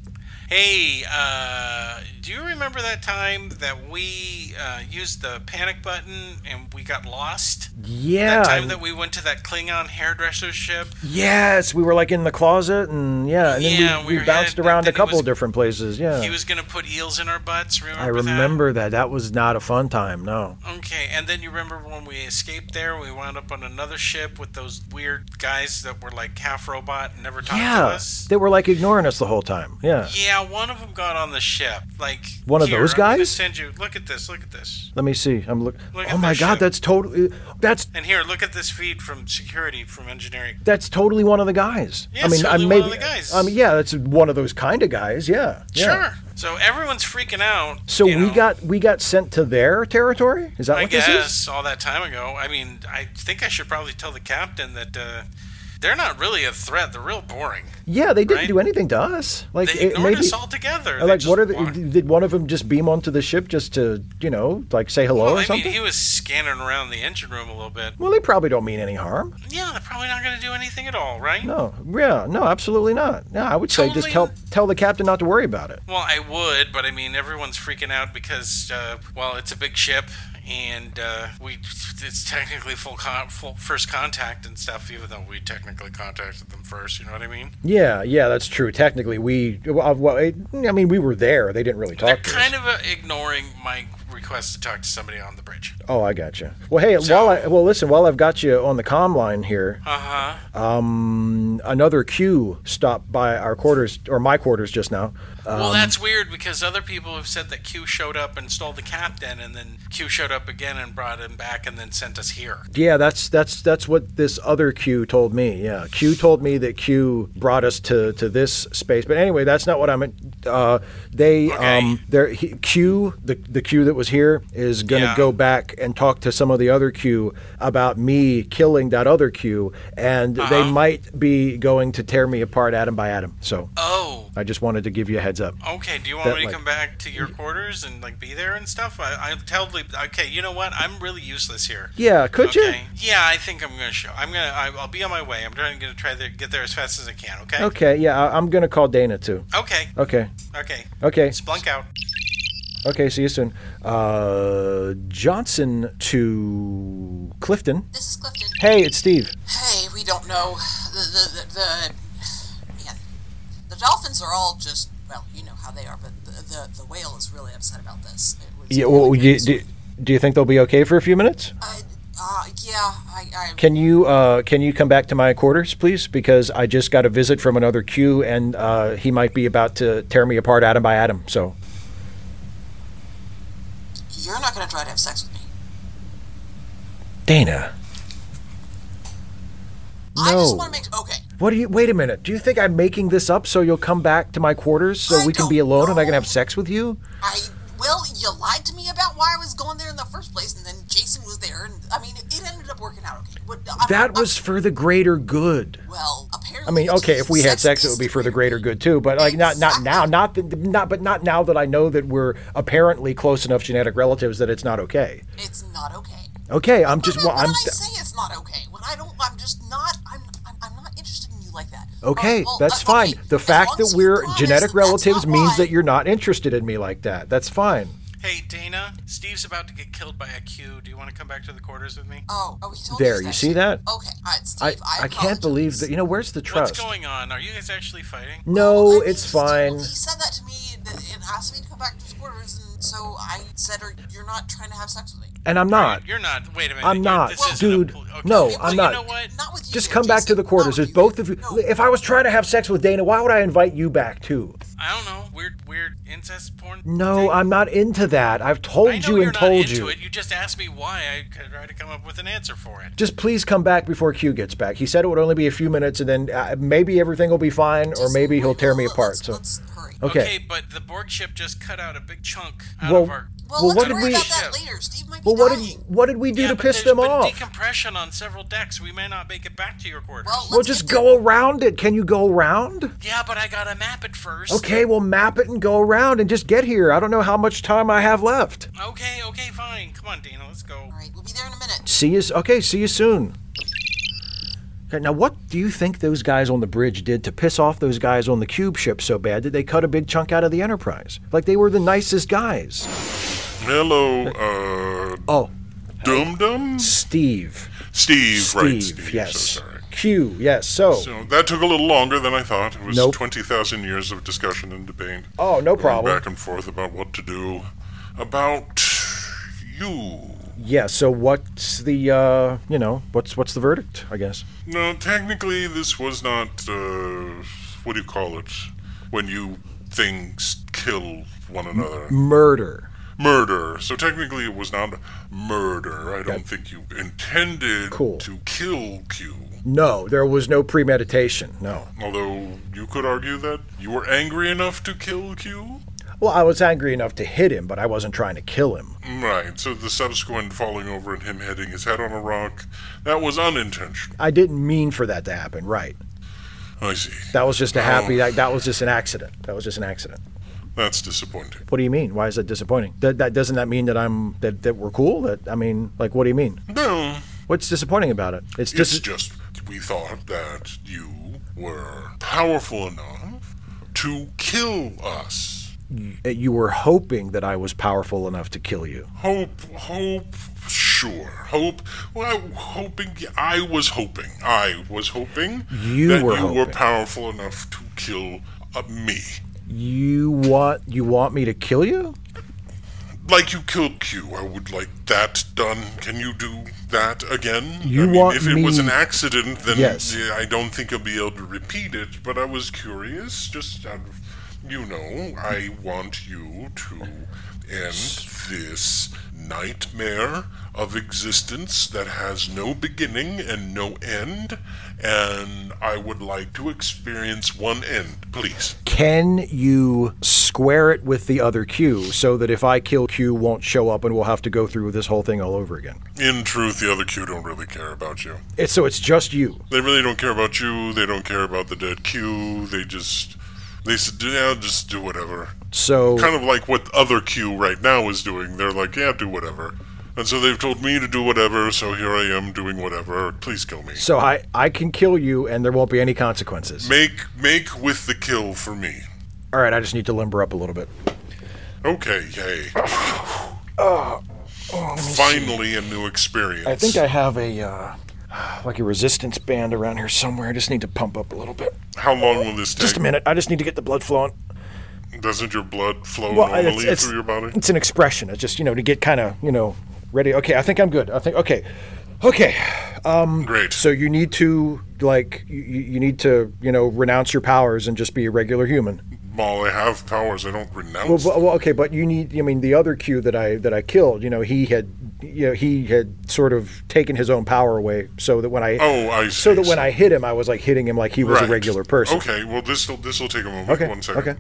[SPEAKER 1] Hey, uh, do you remember that time that we uh, used the panic button and we got lost?
[SPEAKER 2] Yeah.
[SPEAKER 1] That time that we went to that Klingon hairdresser ship?
[SPEAKER 2] yes, we were like in the closet, and yeah, and then
[SPEAKER 1] Yeah,
[SPEAKER 2] we,
[SPEAKER 1] we
[SPEAKER 2] we,
[SPEAKER 1] were-
[SPEAKER 2] bounced
[SPEAKER 1] and
[SPEAKER 2] around a
[SPEAKER 1] then he
[SPEAKER 2] couple
[SPEAKER 1] was-
[SPEAKER 2] different places. Yeah.
[SPEAKER 1] He was going to put eels in our butts. Remember
[SPEAKER 2] I
[SPEAKER 1] that?
[SPEAKER 2] remember that. That was not a fun time. No.
[SPEAKER 1] Okay, and then you remember when we escaped there, we wound up on another ship with those weird guys that were like half robot and never talked to
[SPEAKER 2] Yeah,
[SPEAKER 1] us?
[SPEAKER 2] they were like ignoring us the whole time. Yeah.
[SPEAKER 1] Yeah, one of them got on the ship. Like
[SPEAKER 2] One of
[SPEAKER 1] here,
[SPEAKER 2] those
[SPEAKER 1] I'm gonna
[SPEAKER 2] guys?
[SPEAKER 1] send you. Look at this. Look at this.
[SPEAKER 2] Let me see. I'm look.
[SPEAKER 1] Look
[SPEAKER 2] oh
[SPEAKER 1] at
[SPEAKER 2] my
[SPEAKER 1] this
[SPEAKER 2] god,
[SPEAKER 1] ship.
[SPEAKER 2] that's totally. That's
[SPEAKER 1] And here, look at this feed from security from engineering.
[SPEAKER 2] that's totally one of the guys.
[SPEAKER 1] Yeah,
[SPEAKER 2] I
[SPEAKER 1] it's
[SPEAKER 2] mean,
[SPEAKER 1] totally one
[SPEAKER 2] I maybe.
[SPEAKER 1] of the guys.
[SPEAKER 2] I mean, yeah, that's one of those kind of guys. Yeah. yeah.
[SPEAKER 1] Sure. So everyone's freaking out.
[SPEAKER 2] So
[SPEAKER 1] you
[SPEAKER 2] we
[SPEAKER 1] know.
[SPEAKER 2] got we got sent to their territory. Is that
[SPEAKER 1] I
[SPEAKER 2] what this is?
[SPEAKER 1] guess all that time ago. I mean, I think I should probably tell the captain that uh, they're not really a threat. They're real boring.
[SPEAKER 2] Yeah, they didn't
[SPEAKER 1] Right?
[SPEAKER 2] do anything to us. Like
[SPEAKER 1] They
[SPEAKER 2] it-
[SPEAKER 1] ignored
[SPEAKER 2] maybe.
[SPEAKER 1] us altogether. They
[SPEAKER 2] Like,
[SPEAKER 1] just
[SPEAKER 2] what are the,
[SPEAKER 1] walked-
[SPEAKER 2] did one of them just beam onto the ship just to, you know, like say hello
[SPEAKER 1] Well,
[SPEAKER 2] or
[SPEAKER 1] I
[SPEAKER 2] something?
[SPEAKER 1] mean, he was scanning around the engine room a little bit.
[SPEAKER 2] well, they probably don't mean any harm.
[SPEAKER 1] Yeah, they're probably not going to do anything at all, right?
[SPEAKER 2] No, yeah, no, absolutely not. No, I would say just
[SPEAKER 1] Totally.
[SPEAKER 2] tell tell the captain not to worry about it.
[SPEAKER 1] Well, I would, but I mean, everyone's freaking out because, uh, well, it's a big ship, and uh, we—it's technically full, con- full first contact and stuff, even though we technically contacted them first. You know what I mean?
[SPEAKER 2] Yeah, yeah, that's true. Technically, we, well, well, it, I mean, we were there. They didn't really
[SPEAKER 1] They're
[SPEAKER 2] talk to us.
[SPEAKER 1] kind of uh, ignoring my request to talk to somebody on the bridge.
[SPEAKER 2] oh, I gotcha. Well, hey,
[SPEAKER 1] So-
[SPEAKER 2] while I, well, listen, while I've got you on the comm line here,
[SPEAKER 1] Uh huh.
[SPEAKER 2] um, another Q stopped by our quarters or my quarters just now. Uh,
[SPEAKER 1] well, that's weird because other people have said that Q showed up and stole the captain, and then Q showed up again and brought him back, and then sent us here.
[SPEAKER 2] yeah, that's that's that's what this other Q told me. Yeah, Q told me that Q brought us to to this space. But anyway, that's not what I'm. Uh, they
[SPEAKER 1] Okay.
[SPEAKER 2] um, there he, Q the the Q that was here is gonna
[SPEAKER 1] Yeah.
[SPEAKER 2] go back and talk to some of the other Q about me killing that other Q, and
[SPEAKER 1] Uh-huh.
[SPEAKER 2] they might be going to tear me apart atom by atom. So
[SPEAKER 1] Oh,
[SPEAKER 2] I just wanted to give you a heads up.
[SPEAKER 1] Okay, do you want
[SPEAKER 2] That,
[SPEAKER 1] me to
[SPEAKER 2] like-
[SPEAKER 1] come back to your quarters and like be there and stuff? I, I totally okay. You know what? I'm really useless here.
[SPEAKER 2] Yeah, could
[SPEAKER 1] Okay. Yeah, I think I'm gonna show. I'm gonna. I, I'll be on my way. I'm trying to try to get there as fast as I can. Okay.
[SPEAKER 2] you? Okay, yeah, I, I'm gonna call Dana too.
[SPEAKER 1] Okay.
[SPEAKER 2] Okay,
[SPEAKER 1] Okay.
[SPEAKER 2] okay.
[SPEAKER 1] Splunk out.
[SPEAKER 2] Okay, see you soon. Uh, Johnson to Clifton.
[SPEAKER 3] This is Clifton.
[SPEAKER 2] Hey, it's Steve.
[SPEAKER 3] Hey, we don't know. The the the, the man, the dolphins are all just well, you know how they are. But the the, the whale is really upset about this. It was
[SPEAKER 2] Yeah,
[SPEAKER 3] really
[SPEAKER 2] well, you,
[SPEAKER 3] good.
[SPEAKER 2] do, do you think they'll be okay for a few minutes?
[SPEAKER 3] I, uh, yeah, I, I
[SPEAKER 2] Can you uh, can you come back to my quarters, please? Because I just got a visit from another Q, and uh, he might be about to tear me apart atom by atom. So
[SPEAKER 3] you're not gonna try to have sex with me.
[SPEAKER 2] Dana,
[SPEAKER 3] I just
[SPEAKER 2] No.
[SPEAKER 3] want to make okay.
[SPEAKER 2] what do you? Wait a minute. Do you think I'm making this up so you'll come back to my quarters so
[SPEAKER 3] I
[SPEAKER 2] we can be
[SPEAKER 3] don't
[SPEAKER 2] alone and I can
[SPEAKER 3] know.
[SPEAKER 2] have sex with you?
[SPEAKER 3] I well, you lied to me about why I was going there in the first place, and then Jason was there, and I mean, it ended up working out okay. But, I-
[SPEAKER 2] That
[SPEAKER 3] I-
[SPEAKER 2] was for the greater good.
[SPEAKER 3] well, apparently.
[SPEAKER 2] I mean, okay, if we had sex, it
[SPEAKER 3] is
[SPEAKER 2] would be
[SPEAKER 3] the
[SPEAKER 2] for the greater good too. But like, not not now, not the, not, but not now that I know that we're apparently close enough genetic relatives that it's not okay.
[SPEAKER 3] It's not okay.
[SPEAKER 2] Okay, I'm just,
[SPEAKER 3] When I-
[SPEAKER 2] well,
[SPEAKER 3] when
[SPEAKER 2] I'm,
[SPEAKER 3] I say it's not okay, when I don't, I'm just not. I'm, I'm, I'm not interested in you like that.
[SPEAKER 2] okay,
[SPEAKER 3] Alright, well,
[SPEAKER 2] that's
[SPEAKER 3] uh, okay,
[SPEAKER 2] fine. The
[SPEAKER 3] as
[SPEAKER 2] fact
[SPEAKER 3] long
[SPEAKER 2] that
[SPEAKER 3] as you
[SPEAKER 2] we're
[SPEAKER 3] promise
[SPEAKER 2] genetic
[SPEAKER 3] that that's
[SPEAKER 2] relatives
[SPEAKER 3] not
[SPEAKER 2] means
[SPEAKER 3] why-
[SPEAKER 2] that you're not interested in me like that. That's fine.
[SPEAKER 1] Hey, Dana, Dina, Steve's about to get killed by a Q. Do you want to come back to the quarters with me?
[SPEAKER 3] Oh, oh, he told
[SPEAKER 2] There,
[SPEAKER 3] us
[SPEAKER 2] you
[SPEAKER 3] that
[SPEAKER 2] see
[SPEAKER 3] shit.
[SPEAKER 2] that?
[SPEAKER 3] Okay, all right, Steve.
[SPEAKER 2] I,
[SPEAKER 3] I,
[SPEAKER 2] I can't believe that. You know, where's the trust?
[SPEAKER 1] What's going on? Are you guys actually fighting?
[SPEAKER 2] no,
[SPEAKER 3] Well, I mean,
[SPEAKER 2] oh, it's
[SPEAKER 3] he told-
[SPEAKER 2] fine.
[SPEAKER 3] He said that to me and, and asked me to come back to his quarters, and so I said, "Are you're not trying to have sex with me?"
[SPEAKER 2] And I'm not.
[SPEAKER 1] You're not. Wait a minute.
[SPEAKER 2] I'm
[SPEAKER 1] You're-
[SPEAKER 2] not.
[SPEAKER 1] this isn't
[SPEAKER 2] Dude,
[SPEAKER 1] a pol-
[SPEAKER 2] no,
[SPEAKER 1] well,
[SPEAKER 2] I'm
[SPEAKER 1] you
[SPEAKER 2] not.
[SPEAKER 1] know what?
[SPEAKER 3] Not with you.
[SPEAKER 2] Just come back to the quarters. There's
[SPEAKER 3] It's
[SPEAKER 2] both of you.
[SPEAKER 3] No.
[SPEAKER 2] If I was trying to have sex with Dana, why would I invite you back too?
[SPEAKER 1] I don't know. Weird, weird incest porn.
[SPEAKER 2] No,
[SPEAKER 1] thing?
[SPEAKER 2] I'm not into that. I've
[SPEAKER 1] I
[SPEAKER 2] told
[SPEAKER 1] know
[SPEAKER 2] you
[SPEAKER 1] you're
[SPEAKER 2] and
[SPEAKER 1] not
[SPEAKER 2] told
[SPEAKER 1] into
[SPEAKER 2] you.
[SPEAKER 1] It. You just asked me why. I could try to come up with an answer for it.
[SPEAKER 2] Just please come back before Q gets back. He said it would only be a few minutes, and then uh, maybe everything will be fine, or
[SPEAKER 3] Just
[SPEAKER 2] maybe he'll
[SPEAKER 3] wait,
[SPEAKER 2] tear me
[SPEAKER 3] let's-
[SPEAKER 2] apart.
[SPEAKER 3] let's-
[SPEAKER 2] So,
[SPEAKER 3] let's hurry.
[SPEAKER 2] okay.
[SPEAKER 1] but the Borg ship just cut out a big chunk out
[SPEAKER 2] Well,
[SPEAKER 1] of our.
[SPEAKER 3] Well,
[SPEAKER 2] Well,
[SPEAKER 3] let's
[SPEAKER 2] what did
[SPEAKER 3] worry
[SPEAKER 2] we-
[SPEAKER 3] about that
[SPEAKER 1] Yeah.
[SPEAKER 3] later. Steve might be
[SPEAKER 2] Well, what
[SPEAKER 3] dying.
[SPEAKER 2] did what did we do
[SPEAKER 1] Yeah,
[SPEAKER 2] to
[SPEAKER 1] but
[SPEAKER 2] piss
[SPEAKER 1] there's
[SPEAKER 2] them
[SPEAKER 1] been
[SPEAKER 2] off?
[SPEAKER 1] Decompression on several decks. We may not make it back to your quarters.
[SPEAKER 3] Well,
[SPEAKER 2] well,
[SPEAKER 3] let's
[SPEAKER 2] just
[SPEAKER 3] get
[SPEAKER 2] go
[SPEAKER 3] there.
[SPEAKER 2] around it. Can you go around?
[SPEAKER 1] yeah, but I gotta map it first.
[SPEAKER 2] Okay, we'll map it and go around and just get here. I don't know how much time I have left.
[SPEAKER 1] Okay, okay, fine. Come on, Dina, let's go.
[SPEAKER 3] All right, we'll be there in a minute.
[SPEAKER 2] See you. s- Okay, see you soon. Okay, now what do you think those guys on the bridge did to piss off those guys on the cube ship so bad that they cut a big chunk out of the Enterprise? Like they were the nicest guys.
[SPEAKER 4] Hello, uh,
[SPEAKER 2] Oh,
[SPEAKER 4] Dum Dum?
[SPEAKER 2] Steve.
[SPEAKER 4] Steve,
[SPEAKER 2] Steve,
[SPEAKER 4] right, Steve.
[SPEAKER 2] yes.
[SPEAKER 4] So sorry.
[SPEAKER 2] Q, yes. So,
[SPEAKER 4] So that took a little longer than I thought. It was
[SPEAKER 2] Nope.
[SPEAKER 4] 20,000 years of discussion and debate.
[SPEAKER 2] oh, no
[SPEAKER 4] Going
[SPEAKER 2] problem.
[SPEAKER 4] Back and forth about what to do. About you.
[SPEAKER 2] Yeah, so what's the uh, you know, what's what's the verdict, I guess?
[SPEAKER 4] No, technically, this was not, uh, what do you call it? When you things kill one another.
[SPEAKER 2] Murder.
[SPEAKER 4] murder. So technically, it was not murder. I don't think you intended
[SPEAKER 2] Cool.
[SPEAKER 4] to kill Q.
[SPEAKER 2] No, there was no premeditation. No.
[SPEAKER 4] Although you could argue that you were angry enough to kill Q.
[SPEAKER 2] Well, I was angry enough to hit him, but I wasn't trying to kill him.
[SPEAKER 4] Right. So the subsequent falling over and him hitting his head on a rock, that was unintentional.
[SPEAKER 2] I didn't mean for that to happen, right?
[SPEAKER 4] I see.
[SPEAKER 2] That was just a happy.
[SPEAKER 4] Oh.
[SPEAKER 2] That, that was just an accident. That was just an accident.
[SPEAKER 4] That's disappointing.
[SPEAKER 2] What do you mean? Why is that disappointing? That, that doesn't that mean that I'm that, that we're cool? That I mean, like, what do you mean?
[SPEAKER 4] No,
[SPEAKER 2] What's disappointing about it? It's
[SPEAKER 4] it's
[SPEAKER 2] just
[SPEAKER 4] just we thought that you were powerful enough to kill us.
[SPEAKER 2] that you were hoping that I was powerful enough to kill you.
[SPEAKER 4] Hope, hope, sure. Hope. Well, hoping. I was hoping. I was hoping
[SPEAKER 2] You
[SPEAKER 4] that
[SPEAKER 2] were
[SPEAKER 4] you were
[SPEAKER 2] hoping.
[SPEAKER 4] powerful enough to kill uh, me,
[SPEAKER 2] You want you want me to kill you?
[SPEAKER 4] like you killed Q. I would like that done. Can you do that again?
[SPEAKER 2] You
[SPEAKER 4] I mean,
[SPEAKER 2] want
[SPEAKER 4] If it was
[SPEAKER 2] me-
[SPEAKER 4] an accident, then
[SPEAKER 2] Yes.
[SPEAKER 4] yeah, I don't think I'll be able to repeat it. But I was curious, just out of, you know, I want you to end this nightmare of existence that has no beginning and no end, and I would like to experience one end, please.
[SPEAKER 2] Can you square it with the other Q so that if I kill Q, won't show up, and we'll have to go through this whole thing all over again?
[SPEAKER 4] In truth, the other Q don't really care about you.
[SPEAKER 2] It's, so it's just you.
[SPEAKER 4] They really don't care about you. They don't care about the dead Q. They just they said, yeah, just do whatever.
[SPEAKER 2] So
[SPEAKER 4] Kind of like what other Q right now is doing. They're like, yeah, do whatever. And so they've told me to do whatever. So here I am doing whatever. Please kill me.
[SPEAKER 2] so I I can kill you, and there won't be any consequences.
[SPEAKER 4] Make make with the kill for me.
[SPEAKER 2] All right, I just need to limber up a little bit.
[SPEAKER 4] Okay, yay.
[SPEAKER 2] Uh, oh,
[SPEAKER 4] Finally, a new experience.
[SPEAKER 2] I think I have a uh, like a resistance band around here somewhere. I just need to pump up a little bit.
[SPEAKER 4] How long will this take?
[SPEAKER 2] Just a minute. I just need to get the blood flowing.
[SPEAKER 4] Doesn't your blood flow
[SPEAKER 2] I-
[SPEAKER 4] normally through your body?
[SPEAKER 2] It's an expression. It's just you know to get kind of you know ready. Okay, I think I'm good. I think okay, okay.
[SPEAKER 4] Great.
[SPEAKER 2] Mm-hmm. So you need to like you, you you need to you know renounce your powers and just be a regular human.
[SPEAKER 4] Well, I have powers. I don't renounce.
[SPEAKER 2] Well, but, well, okay, but you need. I mean, the other Q that I that I killed, you know, he had, you know, he had sort of taken his own power away, so that when I,
[SPEAKER 4] Oh, I
[SPEAKER 2] so
[SPEAKER 4] see,
[SPEAKER 2] that when
[SPEAKER 4] so-
[SPEAKER 2] I hit him, I was like hitting him like he was a
[SPEAKER 4] Right.
[SPEAKER 2] regular person.
[SPEAKER 4] Okay, well this will this will take a moment.
[SPEAKER 2] Okay,
[SPEAKER 4] One second.
[SPEAKER 2] okay.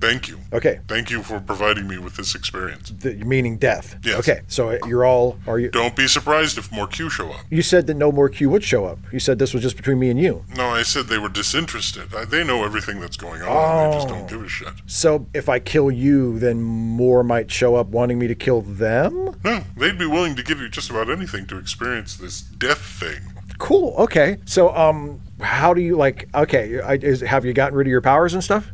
[SPEAKER 4] Thank you.
[SPEAKER 2] Okay.
[SPEAKER 4] Thank you for providing me with this experience.
[SPEAKER 2] The, meaning death.
[SPEAKER 4] Yes.
[SPEAKER 2] Okay, so you're all are you?
[SPEAKER 4] Don't be surprised if more Q show up.
[SPEAKER 2] You said that no more Q would show up. You said this was just between me and you.
[SPEAKER 4] No, I said they were disinterested. I, they know everything that's going on. and
[SPEAKER 2] Oh.
[SPEAKER 4] They just don't give a shit.
[SPEAKER 2] So if I kill you, then more might show up wanting me to kill them.
[SPEAKER 4] No, Hmm, they'd be willing to give you just about anything to experience this death thing.
[SPEAKER 2] Cool. Okay. So um, how do you like? Okay, I, is, have you gotten rid of your powers and stuff?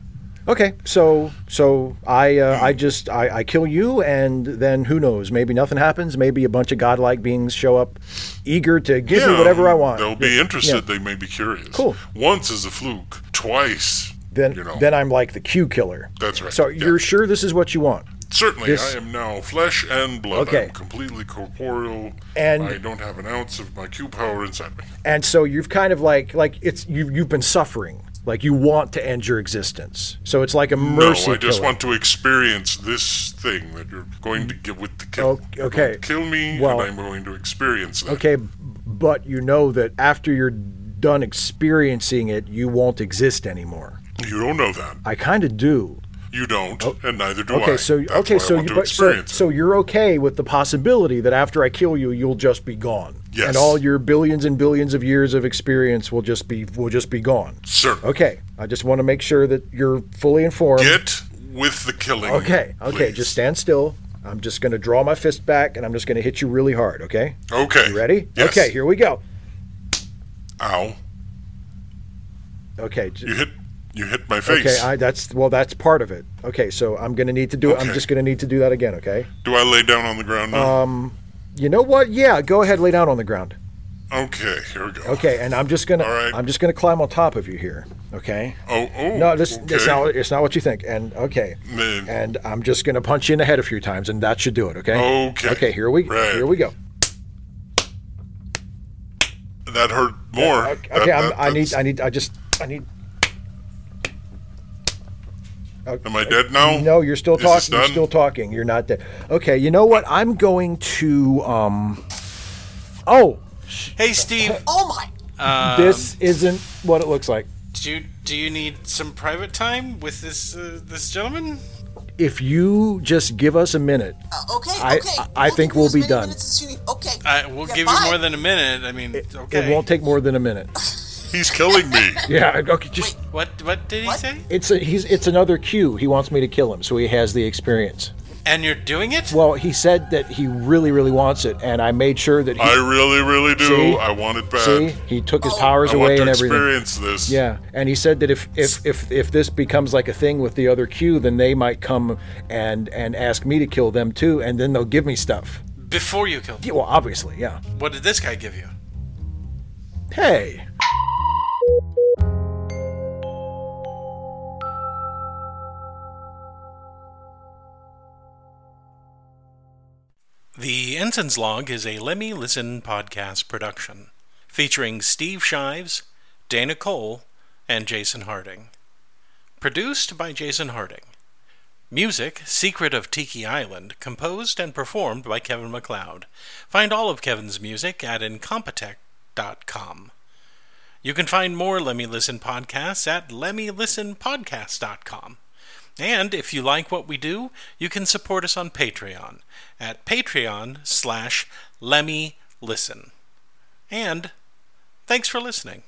[SPEAKER 2] Okay, so so I uh, I just I, I kill you, and then who knows? Maybe nothing happens. Maybe a bunch of godlike beings show up, eager to give me whatever I want.
[SPEAKER 4] They'll be interested. They may be curious.
[SPEAKER 2] Cool.
[SPEAKER 4] Once is a fluke. Twice.
[SPEAKER 2] Then
[SPEAKER 4] you know.
[SPEAKER 2] then I'm like the Q killer.
[SPEAKER 4] That's right,
[SPEAKER 2] So
[SPEAKER 4] yeah.
[SPEAKER 2] you're sure this is what you want?
[SPEAKER 4] Certainly,
[SPEAKER 2] this-
[SPEAKER 4] I am now flesh and blood.
[SPEAKER 2] Okay.
[SPEAKER 4] I'm completely corporeal.
[SPEAKER 2] And-
[SPEAKER 4] I don't have an ounce of my Q power inside me.
[SPEAKER 2] And so you've kind of like like it's you you've been suffering. Like you want to end your existence. So it's like a mercy
[SPEAKER 4] no, I just
[SPEAKER 2] killing.
[SPEAKER 4] want to experience this thing that you're going to get with the kill.
[SPEAKER 2] O-
[SPEAKER 4] You're
[SPEAKER 2] okay.
[SPEAKER 4] going to Kill me,
[SPEAKER 2] Well-
[SPEAKER 4] and I'm going to experience that.
[SPEAKER 2] Okay, but you know that after you're done experiencing it, you won't exist anymore.
[SPEAKER 4] You don't know that.
[SPEAKER 2] I kind of do.
[SPEAKER 4] You don't, and neither do I.
[SPEAKER 2] Oh, Okay, so
[SPEAKER 4] That's
[SPEAKER 2] okay,
[SPEAKER 4] why I
[SPEAKER 2] so you
[SPEAKER 4] want to
[SPEAKER 2] but, so,
[SPEAKER 4] experience it.
[SPEAKER 2] so you're okay with the possibility that after I kill you, you'll just be gone,
[SPEAKER 4] Yes.
[SPEAKER 2] and all your billions and billions of years of experience will just be will just be gone.
[SPEAKER 4] Certainly.
[SPEAKER 2] Okay, I just want to make sure that you're fully informed.
[SPEAKER 4] Get with the killing.
[SPEAKER 2] okay, okay,
[SPEAKER 4] please.
[SPEAKER 2] just stand still. I'm just going to draw my fist back, and I'm just going to hit you really hard. Okay,
[SPEAKER 4] Okay.
[SPEAKER 2] you ready?
[SPEAKER 4] Yes.
[SPEAKER 2] Okay, here we go.
[SPEAKER 4] Ow!
[SPEAKER 2] Okay, j-
[SPEAKER 4] You hit. You hit my face.
[SPEAKER 2] Okay, I, that's well, that's part of it. Okay, so I'm gonna need to do. I'm
[SPEAKER 4] Okay.
[SPEAKER 2] just gonna need to do that again. Okay.
[SPEAKER 4] do I lay down on the ground now?
[SPEAKER 2] Um, You know what? Yeah, go ahead, lay down on the ground.
[SPEAKER 4] okay. Here we go.
[SPEAKER 2] Okay, and I'm just gonna.
[SPEAKER 4] All right.
[SPEAKER 2] I'm just gonna climb on top of you here. Okay.
[SPEAKER 4] Oh. Oh.
[SPEAKER 2] No, this
[SPEAKER 4] Okay.
[SPEAKER 2] it's not. It's not what you think. And okay.
[SPEAKER 4] Man.
[SPEAKER 2] And I'm just gonna punch you in the head a few times, and that should do it. Okay.
[SPEAKER 4] Okay.
[SPEAKER 2] Okay. Here we.
[SPEAKER 4] Right.
[SPEAKER 2] Here we go.
[SPEAKER 4] That hurt more.
[SPEAKER 2] Uh, Okay.
[SPEAKER 4] That-
[SPEAKER 2] okay, I'm,
[SPEAKER 4] that-
[SPEAKER 2] I need.
[SPEAKER 4] that's-
[SPEAKER 2] I need. I just. I need.
[SPEAKER 4] Am I dead now?
[SPEAKER 2] No, you're still
[SPEAKER 4] Is this
[SPEAKER 2] talking. You're
[SPEAKER 4] done?
[SPEAKER 2] still talking. You're not dead. Okay. You know what? I'm going to. Um. Oh,
[SPEAKER 1] Hey, Steve,
[SPEAKER 3] Oh my!
[SPEAKER 4] Um,
[SPEAKER 2] this isn't what it looks like.
[SPEAKER 1] do you, do you need some private time with this uh, this gentleman?
[SPEAKER 2] If you just give us a minute,
[SPEAKER 3] Uh, okay,
[SPEAKER 2] I-
[SPEAKER 3] okay.
[SPEAKER 2] I- I
[SPEAKER 3] We'll
[SPEAKER 2] think
[SPEAKER 3] give
[SPEAKER 2] we'll
[SPEAKER 3] you as
[SPEAKER 2] be
[SPEAKER 3] many
[SPEAKER 2] done.
[SPEAKER 3] minutes as you need. Okay.
[SPEAKER 1] I, we'll
[SPEAKER 3] Yeah,
[SPEAKER 1] give
[SPEAKER 3] bye.
[SPEAKER 1] you more than a minute. I mean, okay.
[SPEAKER 2] it won't take more than a minute.
[SPEAKER 4] He's killing me.
[SPEAKER 2] Yeah, okay, just
[SPEAKER 1] What what did he
[SPEAKER 3] What?
[SPEAKER 1] say?
[SPEAKER 2] it's a, he's it's another cue. He wants me to kill him, so he has the experience.
[SPEAKER 1] And you're doing it?
[SPEAKER 2] Well, he said that he really, really wants it, and I made sure that he
[SPEAKER 4] I really, really do.
[SPEAKER 2] See?
[SPEAKER 4] I want it back.
[SPEAKER 2] see he took his powers
[SPEAKER 4] I want
[SPEAKER 2] away
[SPEAKER 4] to
[SPEAKER 2] and everything.
[SPEAKER 4] experience this.
[SPEAKER 2] Yeah, and he said that if, if if if this becomes like a thing with the other cue, then they might come and and ask me to kill them too, and then they'll give me stuff.
[SPEAKER 1] Before you killed
[SPEAKER 2] Yeah, well, obviously, yeah.
[SPEAKER 1] him. What did this guy give you?
[SPEAKER 2] Hey.
[SPEAKER 1] The Ensign's Log is a Lemmy Listen podcast production featuring Steve Shives, Dana Cole, and Jason Harding. Produced by Jason Harding. Music, Secret of Tiki Island, composed and performed by Kevin McLeod. Find all of Kevin's music at incompetech.com. You can find more Lemmy Listen podcasts at lemmylistenpodcast.com. And if you like what we do, you can support us on Patreon at patreon slash lemmylisten. And thanks for listening.